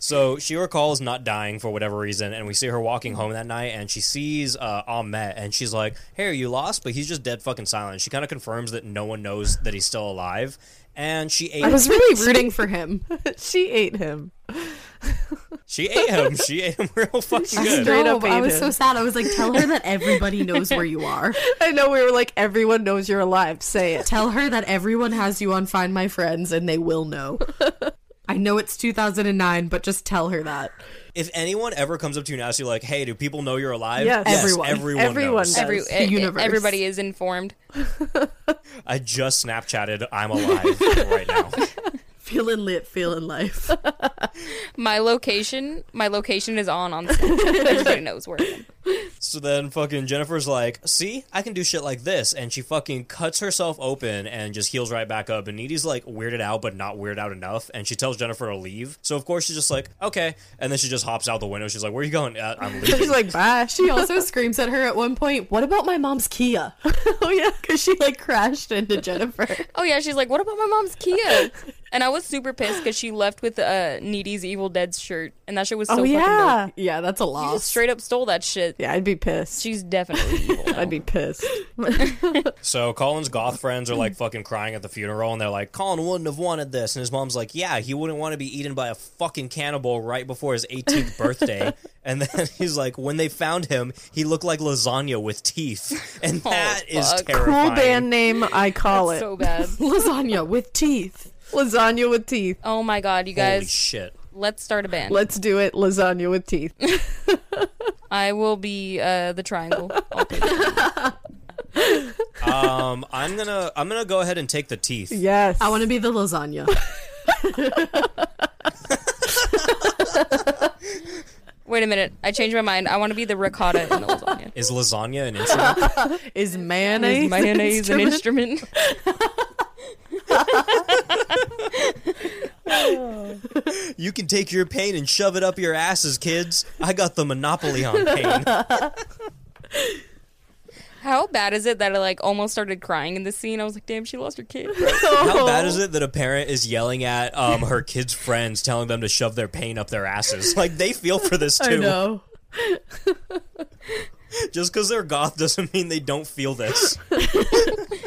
So she recalls not dying for whatever reason, and we see her walking home that night, and she sees uh, Ahmet, and she's like, "Hey, are you lost?" But he's just dead fucking silent. She kind of confirms that no one knows that he's still alive, and she
I
ate.
was really rooting for him.
she ate him.
she ate him. She ate him real fucking good.
Straight up
No, I
ate
was
him.
so sad. I was like, "Tell her that everybody knows where you are.
I know we were like, everyone knows you're alive. Say it.
Tell her that everyone has you on Find My Friends, and they will know." I know it's 2009, but just tell her that.
If anyone ever comes up to you and asks you, like, "Hey, do people know you're alive?"
Yes.
Everyone.
Everyone.
Everyone
knows.
does.
Every,
The
e- e-
universe.
Everybody is informed.
I just Snapchatted. I'm alive right now.
Feeling lit, feeling life.
My location my location is on on Snapchat. Everybody knows where I am.
So then fucking Jennifer's like, see, I can do shit like this. And she fucking cuts herself open and just heals right back up. And Needy's like weirded out, but not weirded out enough. And she tells Jennifer to leave. So of course she's just like, okay. And then she just hops out the window. She's like, where are you going? Uh, I'm
She's
leaving.
like, bye.
She also screams at her at one point, What about my mom's Kia? oh, yeah. Because she like crashed into Jennifer.
Oh yeah, she's like, What about my mom's Kia? And I was super pissed because she left with uh, Needy's Evil Dead's shirt, and that shit was so
oh
fucking dope.
yeah,
Yeah, that's a
She just
loss.
straight up stole that shit.
yeah. I'd be pissed.
She's definitely evil. now.
I'd be pissed.
So Colin's goth friends are like fucking crying at the funeral, and they're like, Colin wouldn't have wanted this. And his mom's like, Yeah, he wouldn't want to be eaten by a fucking cannibal right before his 18th birthday. and then he's like, When they found him, he looked like lasagna with teeth. And
Oh,
that is
fuck. Cool
terrifying.
Cool band name. I call it
so bad.
Lasagna with teeth.
lasagna with teeth.
Oh my god, you
Holy
guys,
shit.
let's start a band.
Let's do it. Lasagna with teeth.
I will be uh, the triangle. I'll pick.
Um, I'm gonna I'm gonna go ahead and take the teeth.
Yes.
I want to be the lasagna.
Wait a minute, I changed my mind. I want to be the ricotta in the lasagna.
Is lasagna an instrument?
Is
Is
mayonnaise?
mayonnaise an instrument?
you can take your pain and shove it up your asses, kids. I got the monopoly on pain.
How bad is it that I like almost started crying in this scene? I was like, damn, she lost her kid.
How bad is it that a parent is yelling at um, her kids' friends, telling them to shove their pain up their asses? Like they feel for this
I
too.
know.
Just because they're goth doesn't mean they don't feel this.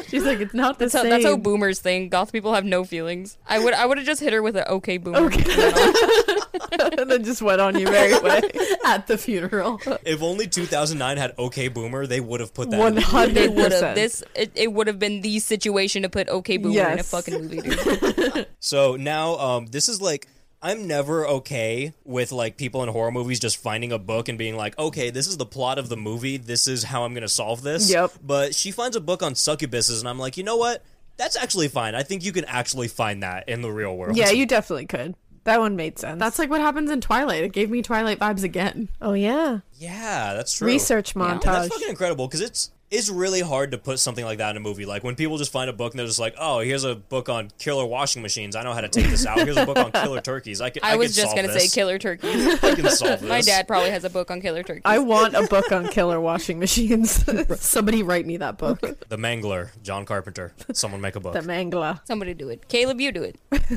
She's like, it's not the
So
same.
that's how boomers think. Goth people have no feelings. I would I would have just hit her with an okay boomer.
and then just went on you very way.
at the funeral.
If only 2009 had OK Boomer, they would have put that.
One
in.
They
hundred
would have
percent.
this. It, it would have been the situation to put okay boomer in a
Yes.
fucking movie. Dude.
So now, um, this is like. I'm never okay with like people in horror movies just finding a book and being like, okay, this is the plot of the movie. This is how I'm going to solve this.
Yep.
But she finds a book on succubuses, and I'm like, you know what? That's actually fine. I think you can actually find that in the real world.
Yeah, you definitely could. That one made sense.
That's like what happens in Twilight. It gave me Twilight vibes again.
oh yeah,
Yeah, that's true.
research
And
montage.
that's fucking incredible because it's it's really hard to put something like that in a movie. Like when people just find a book and they're just like, "Oh, here's a book on killer washing machines. I know how to take this out. Here's a book on killer turkeys. I can.
I, was
can
just
solve
gonna
this.
say killer turkey.
I can solve this."
My dad probably has a book on killer turkey.
I want a book on killer washing machines. the
Somebody write me that book.
the Mangler, John Carpenter. Someone make a book.
mangler.
Somebody do it. Caleb, you do it.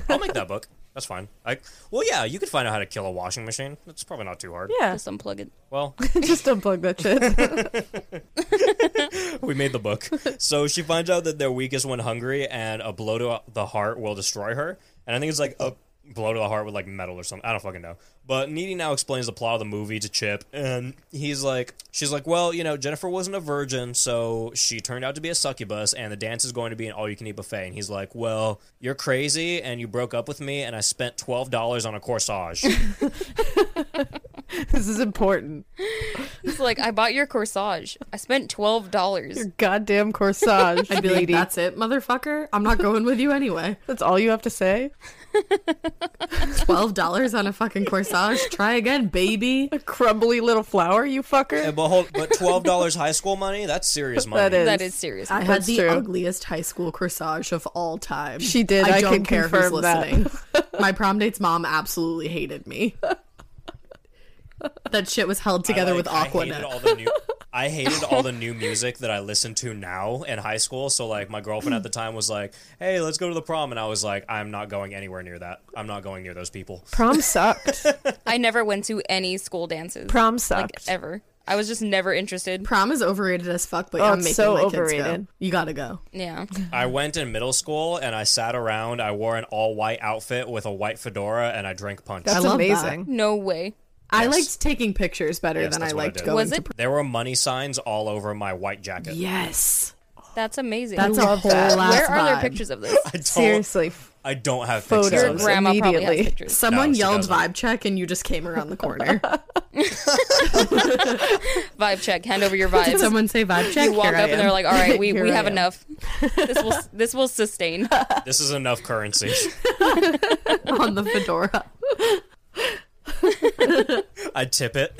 I'll make that book. That's fine. I, well, yeah, you can find out how to kill a washing machine. That's probably not too hard.
Yeah,
Just unplug it.
Well,
just unplug that shit.
we made the book. So she finds out that they're weakest when hungry, and a blow to the heart will destroy her. And I think it's like a blow to the heart with like metal or something. I don't fucking know. But Needy now explains the plot of the movie to Chip, and he's like, she's like, well, you know, Jennifer wasn't a virgin, so she turned out to be a succubus, and the dance is going to be an all-you-can-eat buffet. And he's like, well, you're crazy, and you broke up with me, and I spent twelve dollars on a corsage.
this is important.
It's like I bought your corsage. I spent twelve dollars.
Goddamn corsage.
I'd be like,
lady.
that's it, motherfucker. I'm not going with you anyway.
That's all you have to say.
Twelve dollars on a fucking corsage. Try again, baby.
Crumbly little flower, you fucker.
and but hold, but twelve dollars high school money—that's serious money.
That is.
That is serious.
I had
That's
the
true.
ugliest high school corsage of all time.
She did. I can confirm that.
My prom date's mom absolutely hated me. that shit was held together
I,
with
like, I hated
Aquanet.
all the new. I hated all the new music that I listened to now in high school. So like my girlfriend at the time was like, "Hey, let's go to the prom," and I was like, "I'm not going anywhere near that. I'm not going near those people."
Prom sucked.
I never went to any school dances.
Prom
like
sucked.
ever. I was just never interested.
Prom is overrated as fuck, but
Oh,
I'm
it's
making
so
my kids go.
overrated.
You gotta go.
Yeah.
I went in middle school and I sat around. I wore an all white outfit with a white fedora and I drank punch.
That's
I love that.
amazing.
No way.
I liked taking pictures better
Yes,
than I
that's what I
liked
did.
going.
Was
to
it?
there were money signs all over my white jacket.
Yes,
That's amazing.
that's a whole
that.
ass
Where are there
vibe.
pictures of this?
I don't,
Seriously.
I don't have pictures.
Your
Of
Photos.
it.
grandma probably has
immediately.
pictures.
Someone
No, she
yelled
doesn't.
vibe check, and you just came around the corner.
Vibe check. Hand over your vibes.
Someone say vibe check.
you walk
Here I
up and
am.
they're like, "All right, we,
Here
we
I
have
am.
enough. This will this will sustain."
This is enough currency.
on the fedora.
I tip it.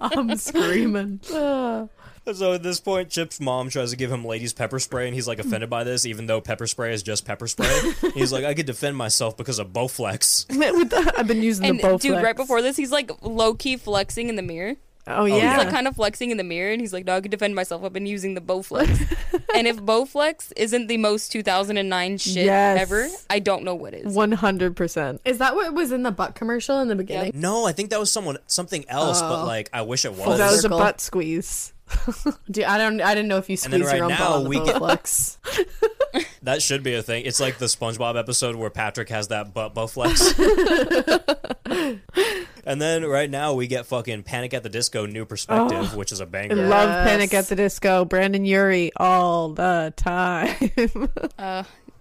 I'm screaming.
So at this point, Chip's mom tries to give him ladies pepper spray, and he's like offended by this, even though pepper spray is just pepper spray. he's like, I could defend myself because of Bowflex.
With the- I've been using
And
the bow
dude, right
flex.
before this, he's like low key flexing in the mirror.
Oh yeah.
He's like kind of flexing in the mirror, and he's like, "No, I could defend myself. I've been using the Bowflex." and if Bowflex isn't the most 2009 shit
Yes.
ever, I don't know what is.
One hundred percent.
Is that what was in the butt commercial in the beginning?
No, I think that was someone something else, but like I wish it was.
Oh. That was a
circle.
butt squeeze.
Dude, I don't. I didn't know if you
And then
squeeze
right
your own
now
butt on the
we get-
Bowflex.
That should be a thing. It's like the SpongeBob episode where Patrick has that butt butt flex. and then right now we get fucking Panic at the Disco New Perspective, which is a
I
banger.
Love Panic at the Disco. Brandon Yuri all the time.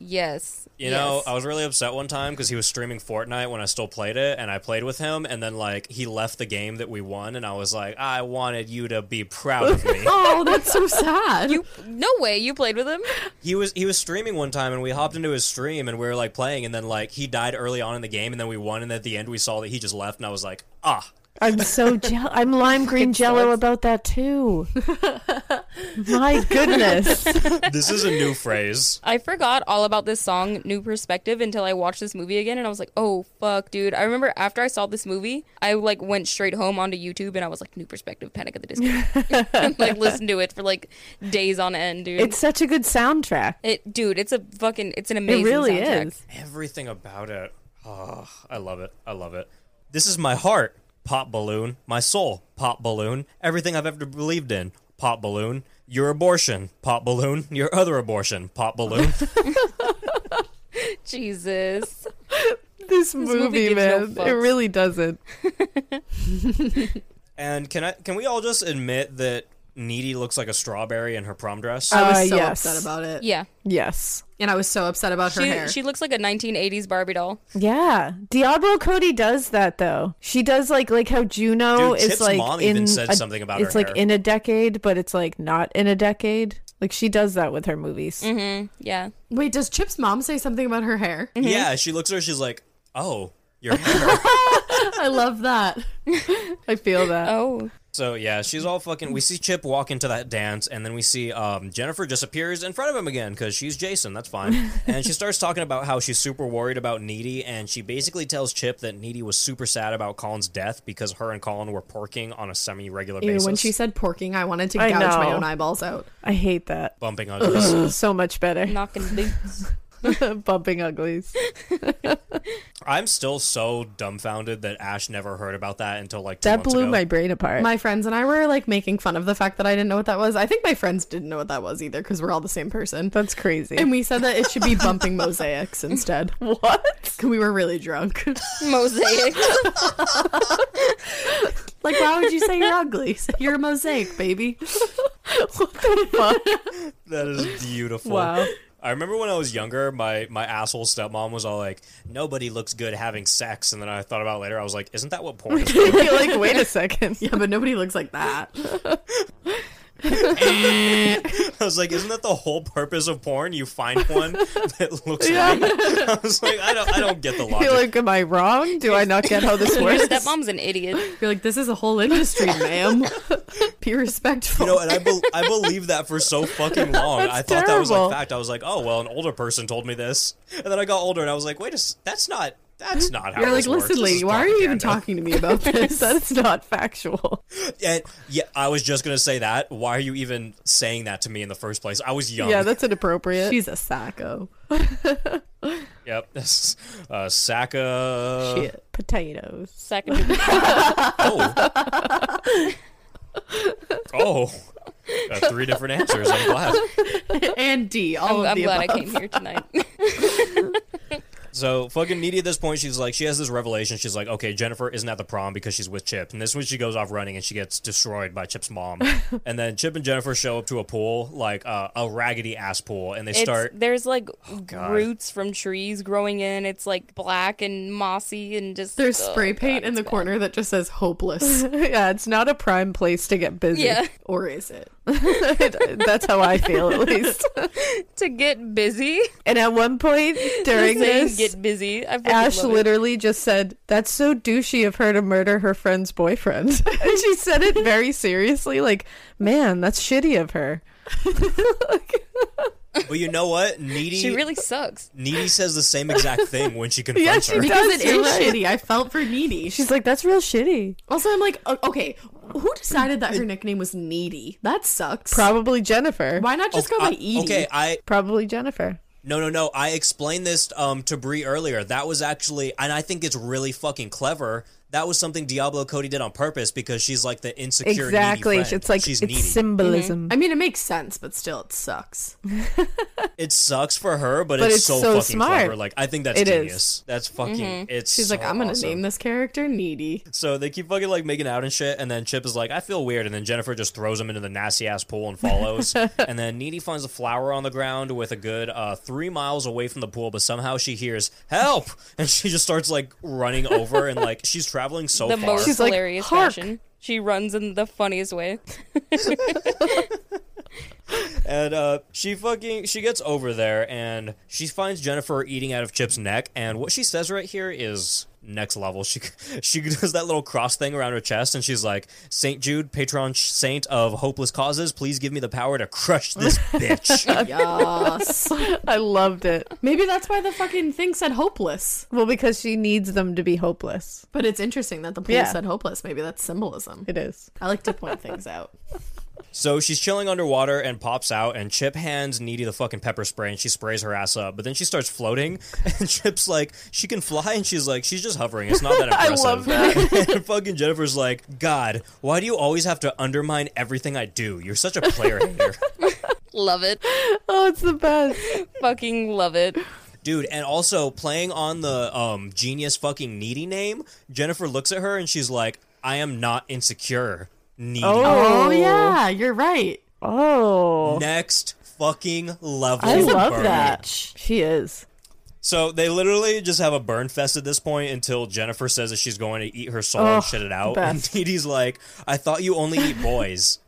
Yes.
You know,
yes.
I was really upset one time because he was streaming Fortnite when I still played it, and I played with him, and then like he left the game that we won, and I was like, I wanted you to be proud of me.
oh, that's so sad.
You no way you played with him.
he was he was streaming one time, and we hopped into his stream, and we were like playing, and then like he died early on in the game, and then we won, and at the end we saw that he just left, and I was like, ah.
I'm so jealous. I'm lime green jello about that too. My goodness.
This is a new phrase.
I forgot all about this song, New Perspective, until I watched this movie again, and I was like, "Oh fuck, dude!" I remember after I saw this movie, I like went straight home onto YouTube, and I was like, "New Perspective, Panic at the Disco," and, like listened to it for like days on end, dude.
It's such a good soundtrack.
it, dude, it's a fucking, it's an amazing.
it really
soundtrack.
is.
Everything about it. Oh, I love it. I love it. This is my heart, pop balloon. My soul, pop balloon. Everything I've ever believed in, pop balloon. Your abortion, pop balloon. Your other abortion, pop balloon.
Jesus,
This,
movie
movie,
gives no
man. it
fucks.
really doesn't.
and can I can we all just admit that Needy looks like a strawberry in her prom dress?
I
Uh,
was so
yes.
upset about it.
yeah,
Yes.
And I was so upset about her
she,
hair.
she looks like a 1980s Barbie doll.
Yeah. Diablo Cody does that though. She does like like how Juno
Dude,
is
Chip's
like
mom
in
even said
a-
something about
It's
her
like
hair.
in a decade, but it's like not in a decade. Like she does that with her movies.
Yeah,
Wait, does Chip's mom say something about her hair?
Yeah, she looks at her. She's like, oh, your hair.
I love that.
I feel that.
oh,
So yeah, she's all fucking. We see Chip walk into that dance, and then we see um, Jennifer just appears in front of him again because she's Jason. That's fine. and she starts talking about how she's super worried about Needy, and she basically tells Chip that Needy was super sad about Colin's death because her and Colin were porking on a semi-regular
Ew,
basis.
when she said porking, I wanted to
I
gouge my
know.
own eyeballs out.
I hate that.
bumping uglies.
So much better.
knocking boots.
Bumping uglies.
I'm still so dumbfounded that Ash never heard about that until like two
That
months
blew
ago.
my brain apart.
My friends and I were like making fun of the fact that I didn't know what that was. I think my friends didn't know what that was either because we're all the same person.
That's crazy.
And we said that it should be bumping mosaics instead.
what?
We were really drunk.
Mosaic.
like, why would you say you're ugly? You're a mosaic, baby.
That is beautiful.
Wow.
I remember when I was younger, my my asshole stepmom was all like, "Nobody looks good having sex," and then I thought about it later, I was like, "Isn't that what porn is?"
You're like, wait a second.
Yeah, but nobody looks like that.
I was like, "Isn't that the whole purpose of porn? You find one that looks like." I was like, "I don't, I don't get the logic."
You're like, am I wrong? Do I not get how this
Your
works?
stepmom's an idiot.
You're like, this is a whole industry, ma'am. Be respectful.
you know, and I, bel I believed that for so fucking long. I thought that was
terrible.
like fact. I was like, "Oh well, an older person told me this," and then I got older and I was like, "Wait a, s- that's not, that's not how."
You're like,
this works.
listen,
This is
lady, why are you even
propaganda."
talking to me about this?
That's not factual.
And yeah, I was just gonna say that. Why are you even saying that to me in the first place? I was young.
Yeah, that's inappropriate.
She's a sacco.
Yep. Uh, Saka.
Shit. Potatoes.
Second.
Oh. oh. Got three different answers. I'm glad.
And D, all
I'm,
of
I'm
the
glad
above.
I came here tonight.
So fucking needy at this point. She's like, she has this revelation. She's like, okay, Jennifer isn't at the prom because she's with Chip, and this is when she goes off running and she gets destroyed by Chip's mom. and then Chip and Jennifer show up to a pool, like uh, a raggedy ass pool, and they
It's,
start. Oh,
There's like
God.
roots from trees growing in. It's like black and mossy and just.
There's
oh,
spray paint
God,
in
it's
the corner that just says hopeless.
yeah, it's not a prime place to get busy.
Yeah,
or is it?
That's how I feel, at least.
to get busy.
And at one point
Saying
during this,
get busy. I fucking
Ash
love it.
literally just said, That's so douchey of her to murder her friend's boyfriend. and she said it very seriously, like, Man, that's shitty of her.
But you know what? Needy
She really sucks.
Needy says the same exact thing when she confronts
Yeah, she
her.
does.
does,
it
you're
is
right.
shitty. I felt for Needy.
She's like, that's real shitty.
Also, I'm like, o- okay, who decided that her nickname was Needy? That sucks.
Probably Jennifer.
Why not just go by
I-
Edie?
okay, I
Probably Jennifer.
No, no, no. I explained this um, to Bree earlier. That was actually, and I think it's really fucking clever. That was something Diablo Cody did on purpose because she's like the insecure,
exactly.
needy friend.
It's like
she's
it's
needy.
symbolism.
I mean, it makes sense, but still, it sucks.
it sucks for her, but,
But
it's,
it's
so,
so
fucking
smart.
clever. Like I think that's
It is.
genius. That's fucking. It's.
She's like,
so
I'm gonna
awesome.
name this character Needy.
So they keep fucking like making out and shit, and then Chip is like, I feel weird, and then Jennifer just throws him into the nasty ass pool and follows. and then Needy finds a flower on the ground with a good uh, three miles away from the pool, but somehow she hears help, and she just starts like running over and like she's traveling so
the
far.
most
She's like,
hilarious
"Hark."
fashion. She runs in the funniest way.
And uh, she fucking she gets over there and she finds Jennifer eating out of Chip's neck. And what she says right here is next level. She she does that little cross thing around her chest, and she's like, "Saint Jude, patron sh- saint of hopeless causes, please give me the power to crush this bitch."
Yes.
I loved it.
Maybe that's why the fucking thing said hopeless.
Well, because she needs them to be hopeless.
But it's interesting that the pool
Yeah.
said hopeless. Maybe that's symbolism.
It is.
I like to point things out.
so she's chilling underwater and pops out, and Chip hands Needy the fucking pepper spray, and she sprays her ass up. But then she starts floating, and Chip's like, "She can fly," and she's like, "She's just hovering. It's not that impressive."
love that.
and fucking Jennifer's like, God, why do you always have to undermine everything I do? You're such a player hater.
love it.
Oh, it's the best.
Fucking love it.
Dude, and also playing on the um, genius fucking needy name, Jennifer looks at her and she's like, I am not insecure. Needy.
Oh yeah, you're right.
Oh,
Next fucking level.
I love
burn.
that. She is.
So they literally just have a burn fest at this point until Jennifer says that she's going to eat her soul and shit it out. And
best.
Needy's like, I thought you only eat boys.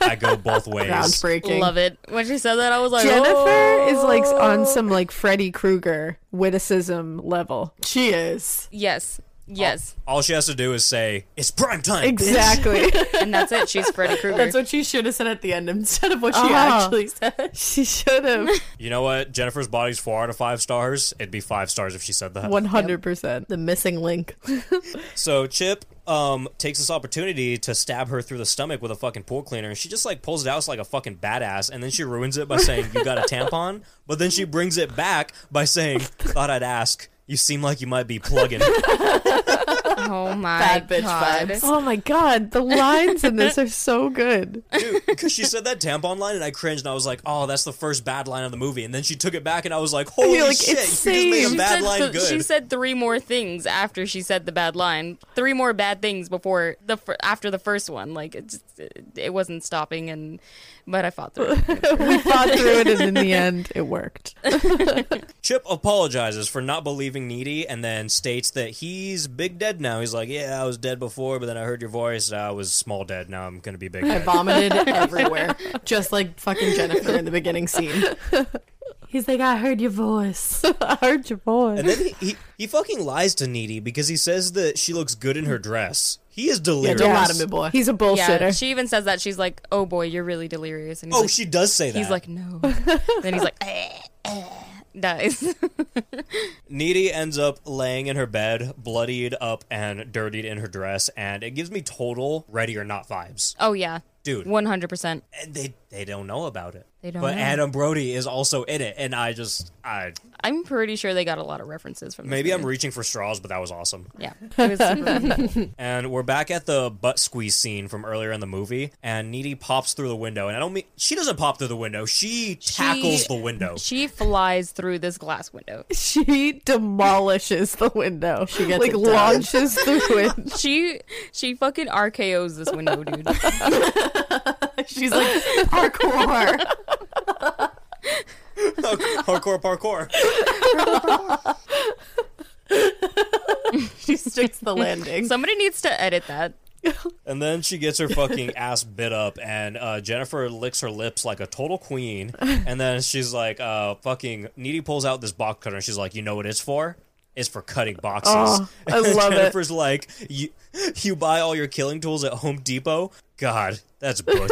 I go both ways.
Groundbreaking.
Love it. When she said that, I was like,
Jennifer
oh.
is like on some like Freddy Krueger witticism level.
She is.
Yes. Yes.
All she has to do is say, It's prime time. bitch."
Exactly.
And that's it. She's Freddy Krueger.
That's what she should have said at the end instead of what she
Uh-huh.
actually said.
she should have.
You know what? Jennifer's body's four out of five stars. It'd be five stars if she said that.
100%.
The missing link.
So Chip um takes this opportunity to stab her through the stomach with a fucking pool cleaner, and she just like pulls it out like a fucking badass, and then she ruins it by saying, "You got a tampon," but then she brings it back by saying, "Thought I'd ask. You seem like you might be plugging."
oh my
Bad bitch
god.
vibes.
Oh my god, the lines in this are so good.
Dude, because she said that tampon line, and I cringed, and I was like, "Oh, that's the first bad line of the movie." And then she took it back, and I was like, "Holy
You're like,
shit! You
it's
just made a
saved.
She
bad
said,
line
th-
good."
she said three more things after she said the bad line. Three more bad things before the fir- after the first one. Like it, just, it, it wasn't stopping, and but I fought through. it.
We thought through it and in the end it worked.
Chip apologizes for not believing Needy and then states that he's big dead now. He's like, Yeah, I was dead before, but then I heard your voice. I was small dead. Now I'm going to be big
I
dead.
vomited everywhere, just like fucking Jennifer in the beginning scene. He's like, I heard your voice.
I heard your voice.
And then he, he, he fucking lies to Needy because he says that she looks good in her dress. He is delirious.
Don't lie to me, boy.
He's a bullshitter.
Yeah, she even says that she's like, "Oh boy, you're really delirious." And he's
oh,
like,
she does say that.
he's like, "No." then he's like, eh, eh, "Dies."
Needy ends up laying in her bed, bloodied up and dirtied in her dress, and it gives me total ready or not vibes.
oh yeah,
Dude.
one hundred percent.
And they, they don't know about it.
They don't
but
know.
Adam Brody is also in it, and I just I
I'm pretty sure they got a lot of references from. This
Maybe I'm
movie.
reaching for straws, but that was awesome.
yeah, it was super cool.
And we're back at the butt squeeze scene from earlier in the movie, and Needy pops through the window. And I don't mean she doesn't pop through the window; she tackles the window.
She flies through this glass window.
She demolishes the window. She
gets
like
it done.
launches through it.
She she fucking RKO's this window, dude.
She's like, parkour.
parkour, parkour.
she sticks the landing.
Somebody needs to edit that.
And then she gets her fucking ass bit up, and uh, Jennifer licks her lips like a total queen. And then she's like, uh, "Fucking." Needy pulls out this box cutter, and she's like, "You know what it's for." It's for cutting boxes.
Oh, I
And
love it.
Jennifer's like, you, you buy all your killing tools at Home Depot? God, that's butch.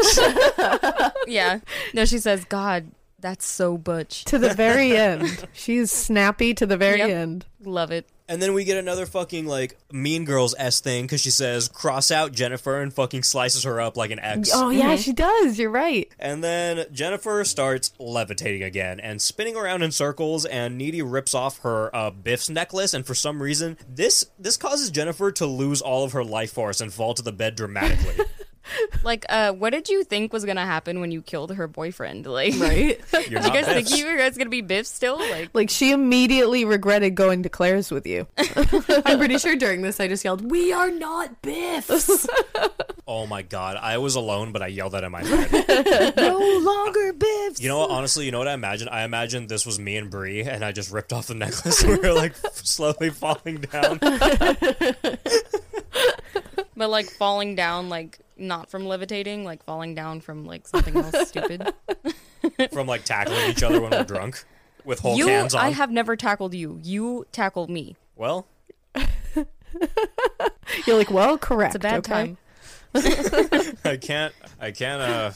Yeah. No, she says, God, That's so butch.
to the very end. She's snappy to the very
Yep.
end.
Love it.
And then we get another fucking like Mean Girls s thing because she says cross out Jennifer and fucking slices her up like an X.
Oh yeah, she does. You're right.
And then Jennifer starts levitating again and spinning around in circles. And Needy rips off her uh, Biff's necklace, and for some reason, this this causes Jennifer to lose all of her life force and fall to the bed dramatically.
Like, uh, what did you think was gonna happen when you killed her boyfriend? Like,
Right?
You're
you
not
guys think
Biff's.
you guys gonna be Biff still? Like,
like she immediately regretted going to Claire's with you.
I'm pretty sure during this I just yelled, "We are not Biffs."
Oh my god, I was alone, but I yelled that in my head.
No longer Biffs.
You know what? Honestly, you know what I imagine? I imagine this was me and Bree, and I just ripped off the necklace. and we were like slowly falling down.
but like falling down, like not from levitating, like falling down from like something else stupid.
from like tackling each other when we're drunk with whole
You,
cans on.
I have never tackled you. You tackled me.
well,
You're like, well, correct.
It's a bad
okay?
time.
I can't, I can't, uh,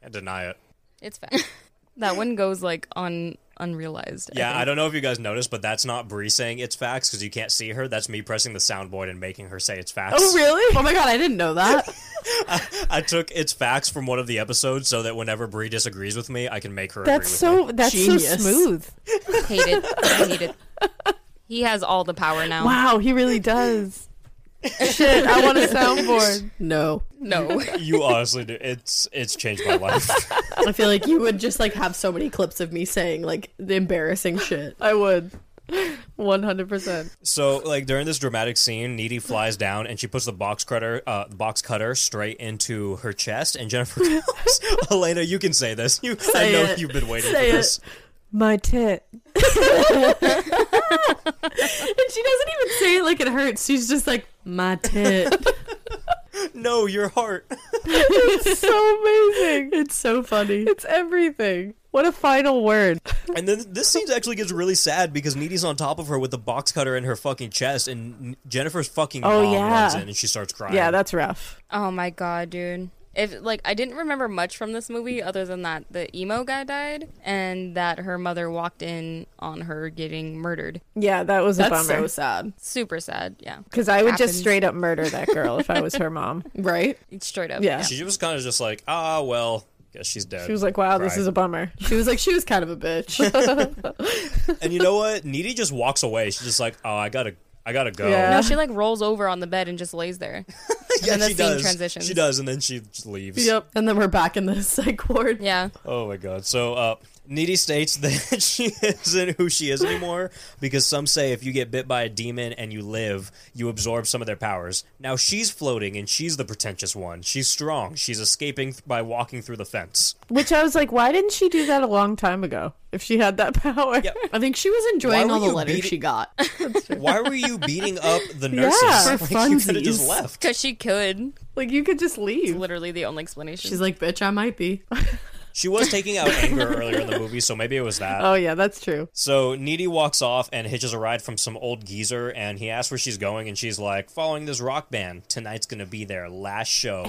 can't deny it.
It's fact. that one goes like on unrealized.
Yeah, I
think.
don't know if you guys noticed, but that's not Bree saying it's facts because you can't see her. That's me pressing the soundboard and making her say it's facts.
Oh really?
oh my god, I didn't know that.
I took it's facts from one of the episodes so that whenever Bree disagrees with me, I can make her.
That's
agree
so
With me.
that's so
Genius.
smooth.
hate it. I hate it. He has all the power now.
Wow, he really does. Shit, I want a soundboard.
No,
No.
You honestly do. It's it's changed my life.
I feel like you would just like have so many clips of me saying like the embarrassing shit.
I would. 100%.
So, like during this dramatic scene, Needy flies down and she puts the box cutter, uh, the box cutter, straight into her chest. And Jennifer, goes, Elena, you can say this. You, I
Say
know
it.
you've been waiting
Say
for
it.
this.
My tit.
And she doesn't even say it like it hurts. She's just like my tit.
No, your heart.
So amazing.
it's so funny.
It's everything. What a final word.
And then this scene actually gets really sad because Needy's on top of her with the box cutter in her fucking chest, and Jennifer's fucking
Oh,
mom
yeah.
runs in and she starts crying.
Yeah, that's rough.
Oh my god, dude. If like I didn't remember much from this movie other than that the emo guy died and that her mother walked in on her getting murdered.
Yeah, that was a
That's so
bummer.
sad,
Super sad. Yeah.
Because I would
Happens.
just straight up murder that girl if I was her mom.
right?
Straight up.
Yeah.
she was kind of just like, ah, well, guess she's dead.
She was like, wow, this
Cried.
is a bummer.
She was like, she was kind of a bitch.
and you know what? Needy just walks away. She's just like, oh, I gotta, I gotta go.
Yeah.
No, she like rolls over on the bed and just lays there.
Yeah,
then the
she
scene
does.
transitions.
She does, and then she just leaves.
yep. And then we're back in the psych ward.
Yeah.
Oh my god. So uh Needy states that she isn't who she is anymore because some say if you get bit by a demon and you live, you absorb some of their powers. Now she's floating and she's the pretentious one. She's strong. She's escaping th- by walking through the fence.
Which I was like, why didn't she do that a long time ago if she had that power?
I think she was enjoying
Why
all
were
the
you
letters
beating-
she got.
Why were you beating up the nurses?
Yeah,
for
you could have just
funsies.
left.
Cuz she could.
Like, you could just leave.
Literally the only explanation.
She's like, bitch, I might be.
She was taking out anger earlier in the movie, so maybe it was that.
Oh, yeah, that's true.
So Needy walks off and hitches a ride from some old geezer, and he asks where she's going, and she's like, "Following this rock band. Tonight's gonna be their last show."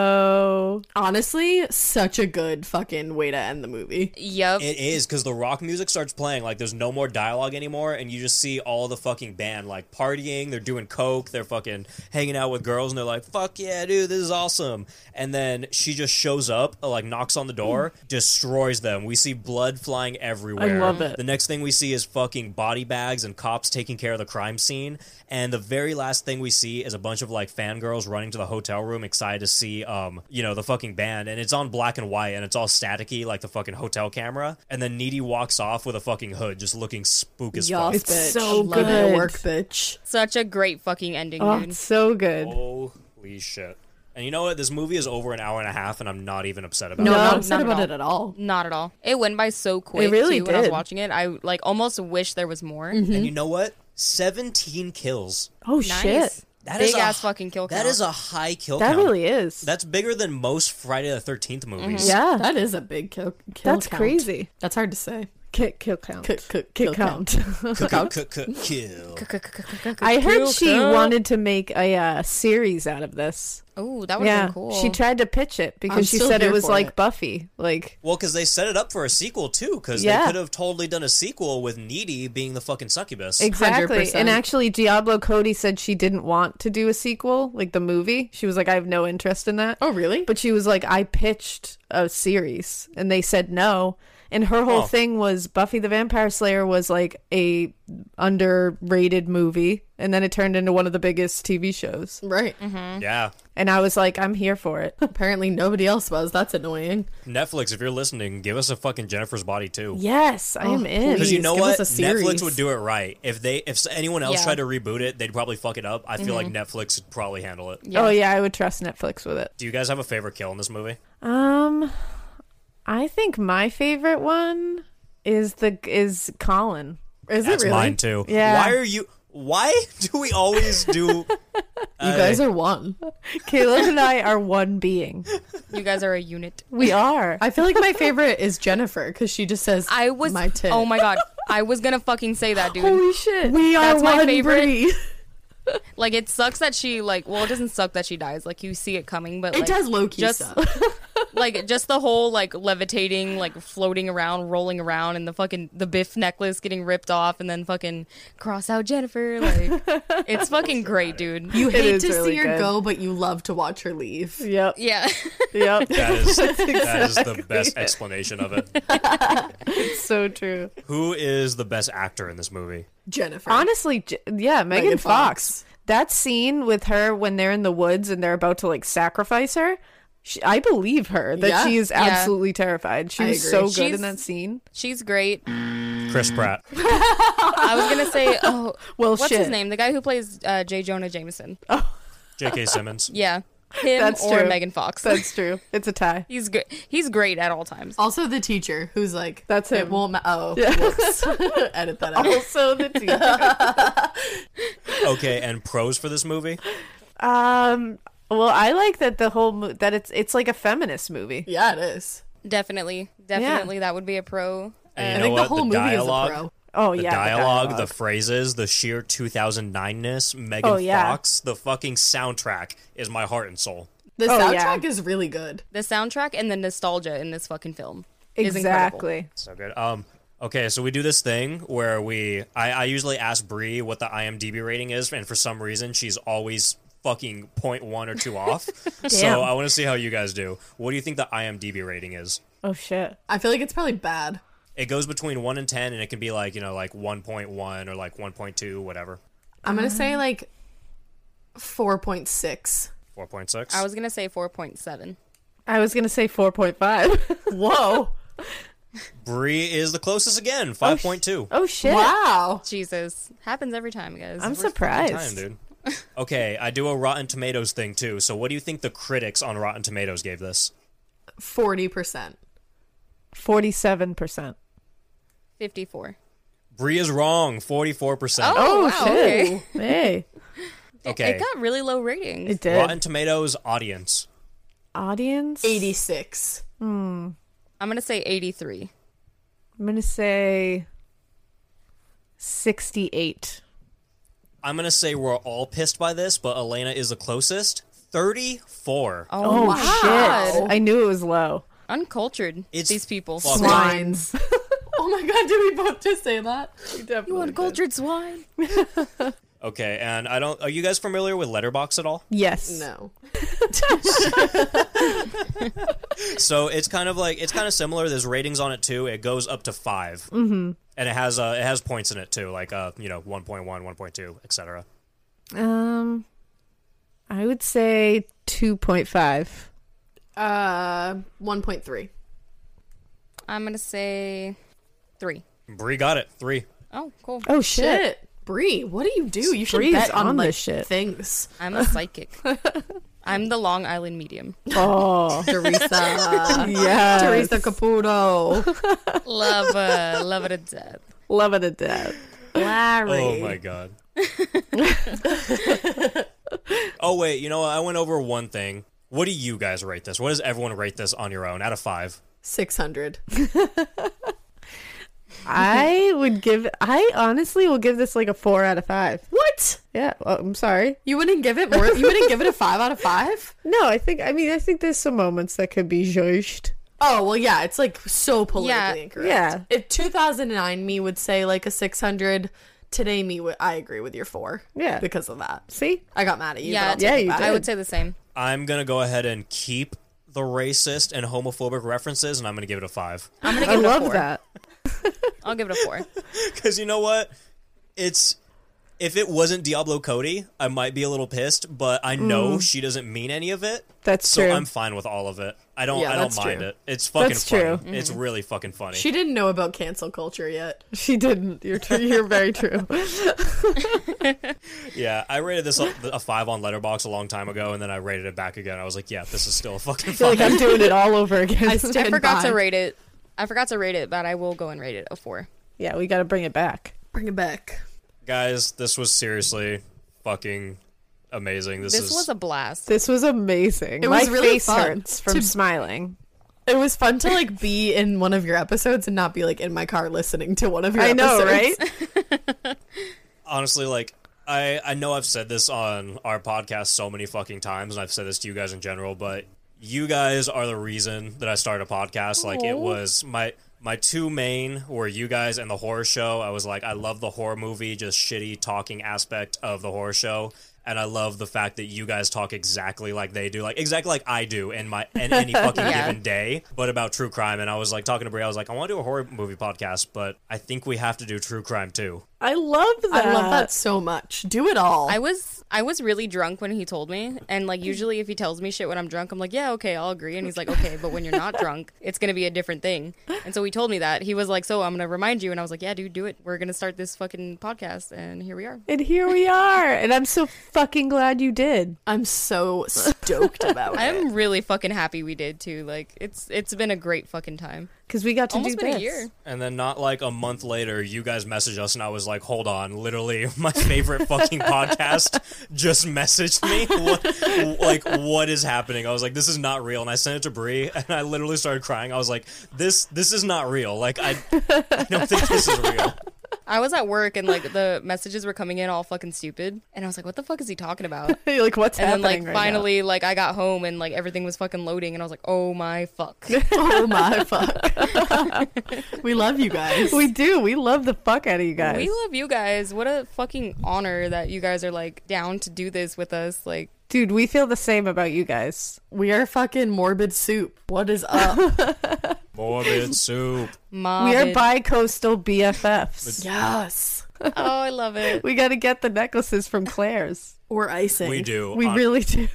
Heyo.
Honestly, such a good fucking way to end the movie.
yep.
It is because the rock music starts playing. Like there's no more dialogue anymore, and you just see all the fucking band like partying. They're doing coke. They're fucking hanging out with girls, and they're like, "Fuck yeah, dude, this is awesome." And then she just shows up, uh, like knocks on the door, destroys them. We see blood flying everywhere.
Mm. love it.
The next thing we see is fucking body bags and cops taking care of the crime scene. And the very last thing we see is a bunch of like fangirls running to the hotel room excited to see, um, you know, the fucking band. And it's on black and white and it's all staticky like the fucking hotel camera. And then Needy walks off with a fucking hood just looking spook as
Yup,
fuck.
bitch.
so
Love it.
good.
Work, bitch.
Such a great fucking ending,
Oh,
dude.
it's so good.
Holy shit. And you know what? This movie is over an hour and a half and I'm not even upset about
No,
it.
I'm
not
not upset
at
about
all.
it at all.
Not at all. It went by so quick.
really
too, When I was
did.
watching it, I like almost wish there was more.
And you know what? 17 kills.
Oh,
Nice.
shit.
That is
Big
a-
ass fucking kill
That
count.
is a high kill
That
count.
really is.
That's bigger than most Friday the 13th
Mm-hmm.
movies.
yeah.
That is a big kill. kill
That's
count.
crazy.
That's hard to say.
Kick, kill count.
Kick, kick, kill
count.
Cook, cook, cook, cook, kill.
I heard
Kill
she
count.
wanted to make a uh, series out of this.
Oh, that would have
Yeah,
been cool.
she tried to pitch it because
I'm
she
still
said it
here
was
for
like
it.
Buffy. Like,
Well, because they set it up for a sequel too, because
Yeah.
they could have totally done a sequel with Needy being the fucking succubus.
Exactly.
100%.
And actually, Diablo Cody said she didn't want to do a sequel, like the movie. She was like, I have no interest in that.
Oh, really?
But she was like, I pitched a series and they said no. And her whole
Oh.
thing was Buffy the Vampire Slayer was like a underrated movie. And then it turned into one of the biggest TV shows.
Right.
yeah,
And I was like, I'm here for it.
Mm-hmm. Apparently nobody else was. That's annoying.
Netflix, if you're listening, give us a fucking Jennifer's Body too.
yes, I am in.
Because you
Please,
know
give
what,
us a
Netflix
series.
would do it right. If they, if anyone else
Yeah.
tried to reboot it, they'd probably fuck it up. I feel like Netflix would probably handle it.
Oh, yeah, I would trust Netflix with it.
Do you guys have a favorite kill in this movie?
Um, I think my favorite one is the is Colin.
Is
That's
it really?
mine too.
Yeah.
Why are you? Why do we always
You
do?
guys are one.
Caleb and I are one being.
you guys are a unit.
We are.
I feel like my favorite is Jennifer because she just says,
I was.
my tit."
Oh my god. I was gonna fucking say that, dude.
shit. We are
That's my
one
favorite.
breed.
Like it sucks that she like well it doesn't suck that she dies like you see it coming but
It
like,
does low key
just
suck.
like just the whole like levitating like floating around rolling around and the fucking the Biff necklace getting ripped off and then fucking cross out Jennifer like it's fucking great dude
You hate
is
to
really
see her
good.
go, but you love to watch her leave.
Yep.
yeah
Yep.
That is that is the best explanation of it.
so true.
Who is the best actor in this movie?
Jennifer.
Honestly, J- yeah, Megan,
Megan
Fox.
Fox.
That scene with her when they're in the woods and they're about to like sacrifice her. She, I believe her that
Yeah.
she is
Yeah.
absolutely terrified. She
I
was
agree.
so good in
She's-
that scene.
she's great
Mm.
Chris Pratt.
I was gonna say oh
Well,
what's his
shit. Oh,
name the guy who plays uh, J Jonah Jameson
J.K. Simmons.
yeah him
That's
or
true.
Megan Fox
That's true. It's a tie.
he's good he's great at all times
Also, the teacher who's like,
That's
it
him.
won't ma- Oh, whoops. edit that out.
Also the team.
Okay, and pros for this movie?
Uh,
um. Well, I like that the whole mo- that it's it's like a feminist movie.
Yeah, it is.
definitely definitely that would be a pro
And you
I
know
think
what?
the whole movie is a pro.
Oh
The
yeah,
dialogue, the phrases, the sheer 2009-ness, Megan
Oh, yeah.
Fox, the fucking soundtrack is my heart and soul.
The
Oh, yeah.
soundtrack is really good.
the soundtrack and the nostalgia in this fucking film is incredible.
exactly.
So good. Um, okay, so we do this thing where we I, I usually ask Bree what the IMDb rating is, and for some reason she's always fucking point one or two off. so I want to see how you guys do. What do you think the IMDb rating is?
Oh shit.
I feel like it's probably bad.
It goes between one and ten, and it can be like you know like one point one or like one point two, whatever.
I'm going to
Mm-hmm.
say like 4.6.
Four point six.
I was gonna say four point seven.
I was gonna say four point five. Whoa.
Bree is the closest again. Five point two.
Oh shit.
Wow.
Jesus, happens every time, guys.
Time,
I'm surprised.
dude. Okay, I do a Rotten Tomatoes thing too. So, what do you think the critics on Rotten Tomatoes gave this?
40%.
Forty-seven percent.
Fifty-four.
Bree is wrong. Forty-four percent.
Oh, wow, okay.
Hey,
Okay.
It got really low ratings.
it did.
Rotten Tomatoes audience.
Audience.
86.
I'm gonna say eighty-three.
I'm gonna say sixty-eight.
I'm gonna say we're all pissed by this, but Elena is the closest. Thirty-four.
Oh
God.
shit! I knew it was low.
Uncultured.
It's
these people.
fucking-
Swines. oh my god, did we both just say that?
You uncultured swine.
Okay, and I don't. Are you guys familiar with Letterbox at all?
Yes.
No.
So it's kind of like it's kind of similar. There's ratings on it too. It goes up to 5 mm-hmm. and it has uh, it has points in it too, like uh, you know, 1.1, 1.2, etc.
Um, I would say two point five.
Uh, 1.3.
I'm gonna say three.
Bree got it. Three.
Oh, cool.
Oh shit!
Shit. Bree, what do you do? You should
Bree's
bet on,
on
like,
this shit.
things.
I'm a psychic. I'm the Long Island medium.
Oh
Teresa. uh,
yeah.
Teresa Caputo.
Love, uh, love it to death.
Love it to death.
Larry.
Oh my god. oh wait, you know what? I went over one thing. What do you guys rate this? What does everyone rate this on your own out of five?
600.
I would give. I honestly will give this like a four out of five.
What?
Yeah, well, I'm sorry.
You wouldn't give it more? You wouldn't give it a five out of five?
No, I think. I mean, I think there's some moments that could be judged.
Oh well, yeah. It's like so politically
Yeah.
incorrect.
Yeah.
If 2009 me would say like a 600, today me would. I agree with your four.
Yeah.
Because of that,
See,
I got mad at you.
Yeah,
but I'll
yeah,
take it
you
back.
did.
I would say the same.
I'm gonna go ahead and keep the racist and homophobic references, and I'm gonna give it a five.
I'm gonna
I
give it a
love
four.
that.
I'll give it a four.
Because you know what? It's if it wasn't Diablo Cody, I might be a little pissed, but I know she doesn't mean any of it.
Mm. That's
so
true.
I'm fine with all of it. I don't.
Yeah,
I don't
that's
mind
true.
it. It's fucking
That's
funny.
true. Mm-hmm.
It's really fucking funny.
She didn't know about cancel culture yet.
She didn't. You're true. You're very true.
yeah, I rated this a, a five on Letterbox a long time ago, and then I rated it back again. I was like, yeah, this is still fucking funny.
like I'm doing it all over again.
I stand
I forgot
by.
to rate it. I forgot to rate it, but I will go and rate it a four.
yeah, we got to bring it back.
Bring it back.
Guys, this was seriously fucking amazing. This,
This
is
was a blast.
This was amazing.
It
My
was really
face
fun
hurts from
to-
smiling.
It was fun to like be in one of your episodes and not be like in my car listening to one of your.
I know,
episodes.
right?
honestly like I I know I've said this on our podcast so many fucking times and I've said this to you guys in general, but you guys are the reason that I started a podcast. Like it was my my two main were you guys and the horror show. I was like I love the horror movie just shitty talking aspect of the horror show. And I love the fact that you guys talk exactly like they do, like exactly like I do in my in any fucking
Yeah.
given day, but about true crime. And I was like talking to Brie, I was like, I want to do a horror movie podcast, but I think we have to do true crime too.
I love that.
I love that so much. Do it all.
I was I was really drunk when he told me, and like usually if he tells me shit when I'm drunk, I'm like, yeah, okay, I'll agree. And he's like, okay, but when you're not drunk, it's gonna be a different thing. And so he told me that he was like, so I'm gonna remind you, and I was like, yeah, dude, do it. We're gonna start this fucking podcast, and here we are.
And here we are. And I'm so fucking glad you did.
I'm so stoked about it.
I'm really fucking happy we did too. Like it's it's been a great fucking time.
Because we got to
Almost
do
been
this.
a year.
And then not like a month later, you guys messaged us, and I was like, "Hold on, literally, my favorite fucking podcast just messaged me. What, like, what is happening?" I was like, "This is not real," and I sent it to Bree, and I literally started crying. I was like, "This, this is not real. Like, I, I don't think this is real."
I was at work and like the messages were coming in all fucking stupid, and I was like, what the fuck is he talking about?
You're like, what's
And then
happening
like
right
finally like I got home and like everything was fucking loading, and I was like, oh my fuck.
oh my fuck. we love you guys.
now? We do. We love the fuck out of you guys.
We love you guys. What a fucking honor that you guys are like down to do this with us. Like,
Dude, we feel the same about you guys.
We are fucking morbid soup. What is up?
Morbid soup.
mom.
we are bi coastal BFFs.
yes.
Oh, I love it.
we got to get the necklaces from Claire's.
We're icing.
We do.
We
Hon-
really do.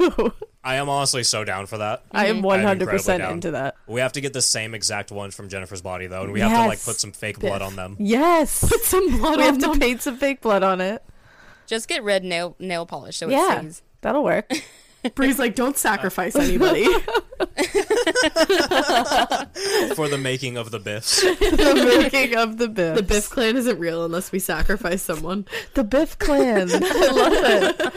I am honestly so down for that.
I am
I am
100%
incredibly down.
into that.
We have to get the same exact ones from Jennifer's body though, and we have to
Yes.
like put some fake blood on them.
Yes.
Put some blood
we
on
have to
them.
paint some fake blood on it.
Just get red nail nail polish so it
Yeah.
stays.
That'll work.
Bree's like, don't sacrifice anybody.
for the making of the Biffs.
the making of the Biff.
the Biff clan isn't real unless we sacrifice someone.
The Biff clan. I love it.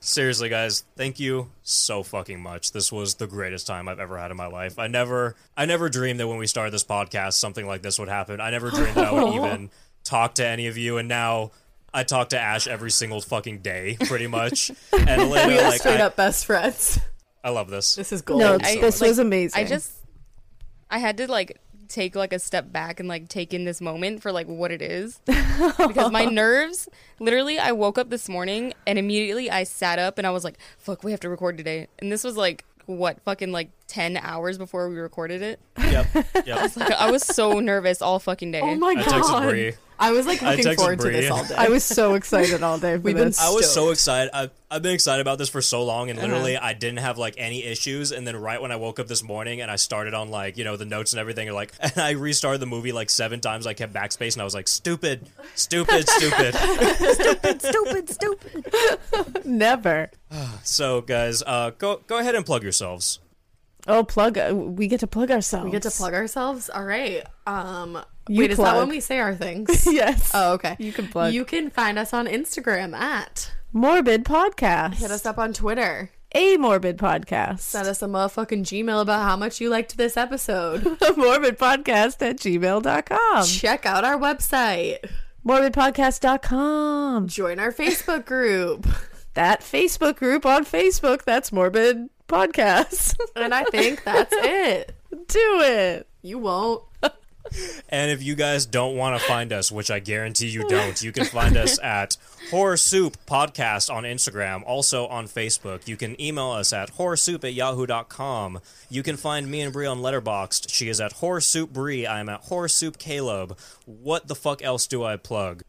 Seriously, guys, thank you so fucking much. This was the greatest time I've ever had in my life. I never, I never dreamed that when we started this podcast, something like this would happen. I never dreamed that I would even talk to any of you, and now I talk to Ash every single fucking day, pretty much. And Elena,
We are
like,
straight
I,
up best friends.
I love this.
This is gold.
No,
I-
this
like,
was amazing.
I just, I had to like take like a step back and like take in this moment for like what it is because my nerves literally I woke up this morning and immediately I sat up and I was like fuck we have to record today and this was like what fucking like 10 hours before we recorded it
Yep, yep.
like I was so nervous all fucking day
oh my
I texted
god.
Bree.
I was like
I
looking
texted
forward to
Bree.
this all day.
I was so excited all day for
We've been
this.
I was so
stoked.
excited. I've, I've been excited about this for so long, and literally, I didn't have like any issues. And then, right when I woke up this morning and I started on like, you know, the notes and everything, and like, and I restarted the movie like seven times. I kept backspace and I was like, stupid, stupid, stupid.
stupid stupid
Never.
So, guys, uh, go, go ahead and plug yourselves.
Oh, plug. uh, We get to plug ourselves.
we get to plug ourselves. All right. Um
You
wait, is that
plug.
when we say our things?
Yes.
Oh, okay.
You can plug.
You can find us on Instagram at
Morbid podcast.
hit us up on Twitter
a morbid podcast.
Send us a motherfucking Gmail about how much you liked this episode.
morbid podcast at gmail.com.
Check out our website.
Morbidpodcast.com.
Join our Facebook group.
That Facebook group on Facebook, that's Morbid Podcast.
And I think that's it.
Do it.
You won't.
And if you guys don't want to find us, which I guarantee you don't, you can find us at Horror Soup Podcast on Instagram, also on Facebook. You can email us at horrorsoup at yahoo.com. You can find me and Brie on Letterboxd. She is at Horror Soup Brie. I am at Horror Soup Caleb. What the fuck else do I plug?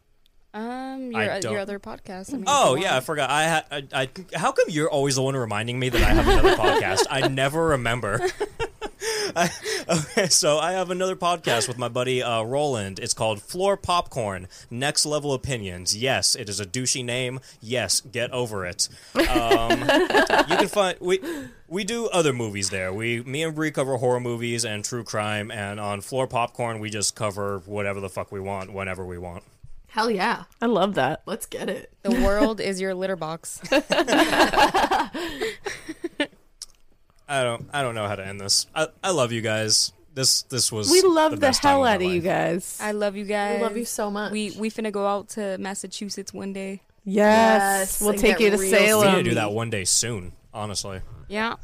Um,
I
your,
don't-
your other podcast. I mean,
Oh
come
yeah, I
on.
forgot. I, ha- I, I how come you're always the one reminding me that I have another podcast? I never remember. I- okay, so I have another podcast with my buddy uh, Roland. It's called Floor Popcorn: Next Level Opinions. Yes, it is a douchey name. Yes, get over it. Um, you can find we we do other movies there. We me and Bree cover horror movies and true crime, and on Floor Popcorn we just cover whatever the fuck we want, whenever we want.
Hell yeah.
I love that.
Let's get it.
The world is your litter box.
I don't I don't know how to end this. I, I love you guys. This this was
We love the,
best time
hell
my
out of you
life.
guys.
I love you guys.
We love you so much.
We we finna go out to Massachusetts one day.
Yes,
Yes. We'll
and
take
get
you to
real
We
Salem.
need to do that one day soon, honestly.
Yeah.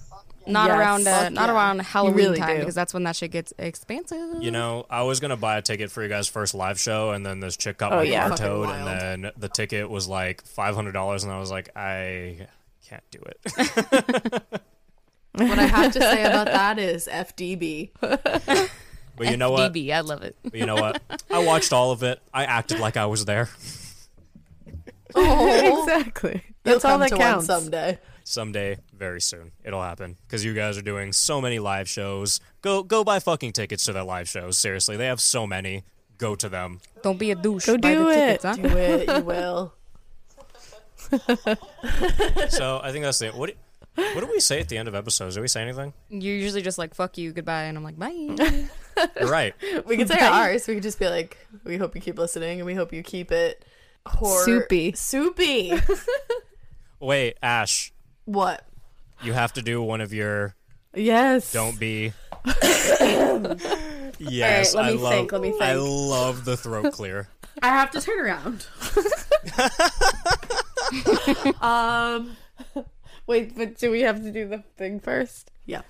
Not
Yes.
around uh,
Fuck
not
yeah.
around Halloween
really
time
do.
because that's when that shit gets expensive.
You know, I was gonna buy a ticket for you guys' first live show, and then this chick got
Oh,
my
yeah.
car
Fucking
towed,
wild.
and then the ticket was like five hundred dollars, and I was like, I can't do it.
What I have to say about that is FDB.
But you know what?
BB, I love it.
But you know what? I watched all of it. I acted like I was there.
Oh,
Exactly.
you'll
That's all
come
that
to one
counts.
someday.
Someday, very soon, it'll happen because you guys are doing so many live shows. Go go buy fucking tickets to their live shows. Seriously, they have so many. Go to them.
Don't be a douche.
Go
Buy
do
the
it.
tickets, huh?
Do it. You will.
So I think that's it. What do, what do we say at the end of episodes? Do we say anything?
You're usually just like fuck you, goodbye, and I'm like bye.
You're right.
We could say ours. We could just be like, we hope you keep listening and we hope you keep it horror-
Soupy.
Soupy.
Wait, Ash,
what?
you have to do one of your
Yes.
don't be. yes,
All right, let
I
me
love.
think, let me
I
think.
love the throat clear.
I have to turn around. um,
Wait, but do we have to do the thing first?
Yeah.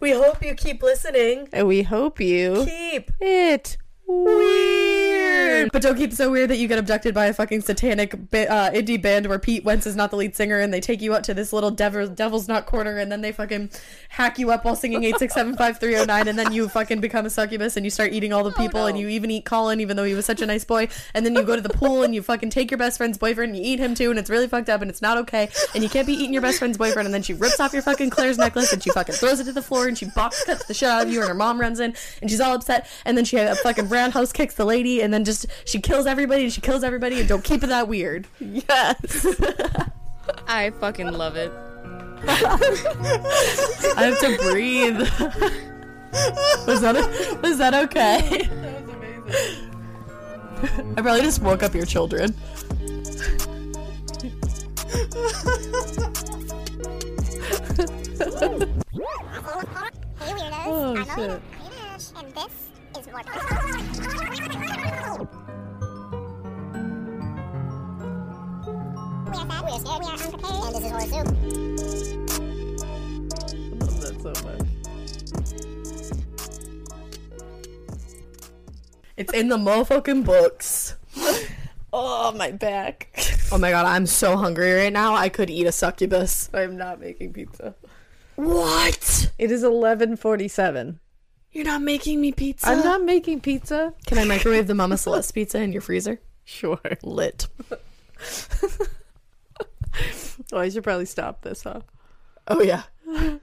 We hope you keep listening.
And we hope you
Keep.
it weird.
But don't keep it so weird that you get abducted by a fucking satanic ba- uh, indie band where Pete Wentz is not the lead singer, and they take you out to this little devil, devil's knot corner, and then they fucking hack you up while singing eight six seven five three zero nine, and then you fucking become a succubus, and you start eating all the
Oh,
people, and you even eat Colin, even though he was such a nice boy, and then you go to the pool and you fucking take your best friend's boyfriend, and you eat him too, and it's really fucked up, and it's not okay, and you can't be eating your best friend's boyfriend, and then she rips off your fucking Claire's necklace, and she fucking throws it to the floor, and she box cuts the shit out of you, and her mom runs in, and she's all upset, and then she uh, fucking roundhouse kicks the lady, and then just she kills everybody, and she kills everybody, and don't keep it that weird.
Yes.
I fucking love it.
I have to breathe. was that was that okay? That was amazing. I probably just woke up your children.
Hey weirdos, I'm Alina. I'm Ash, and this is Mortal. We are fat, we are scared, we are unprepared, and this is Horror Soup.
It's in the motherfucking books.
Oh, my back.
Oh my god, I'm so hungry right now. I could eat a succubus.
I'm not making pizza.
What?
It is 11:47.
You're not making me pizza?
I'm not making pizza.
Can I microwave the Mama Celeste pizza in your freezer?
Sure.
Lit.
Oh, I should probably stop this, huh?
Oh yeah.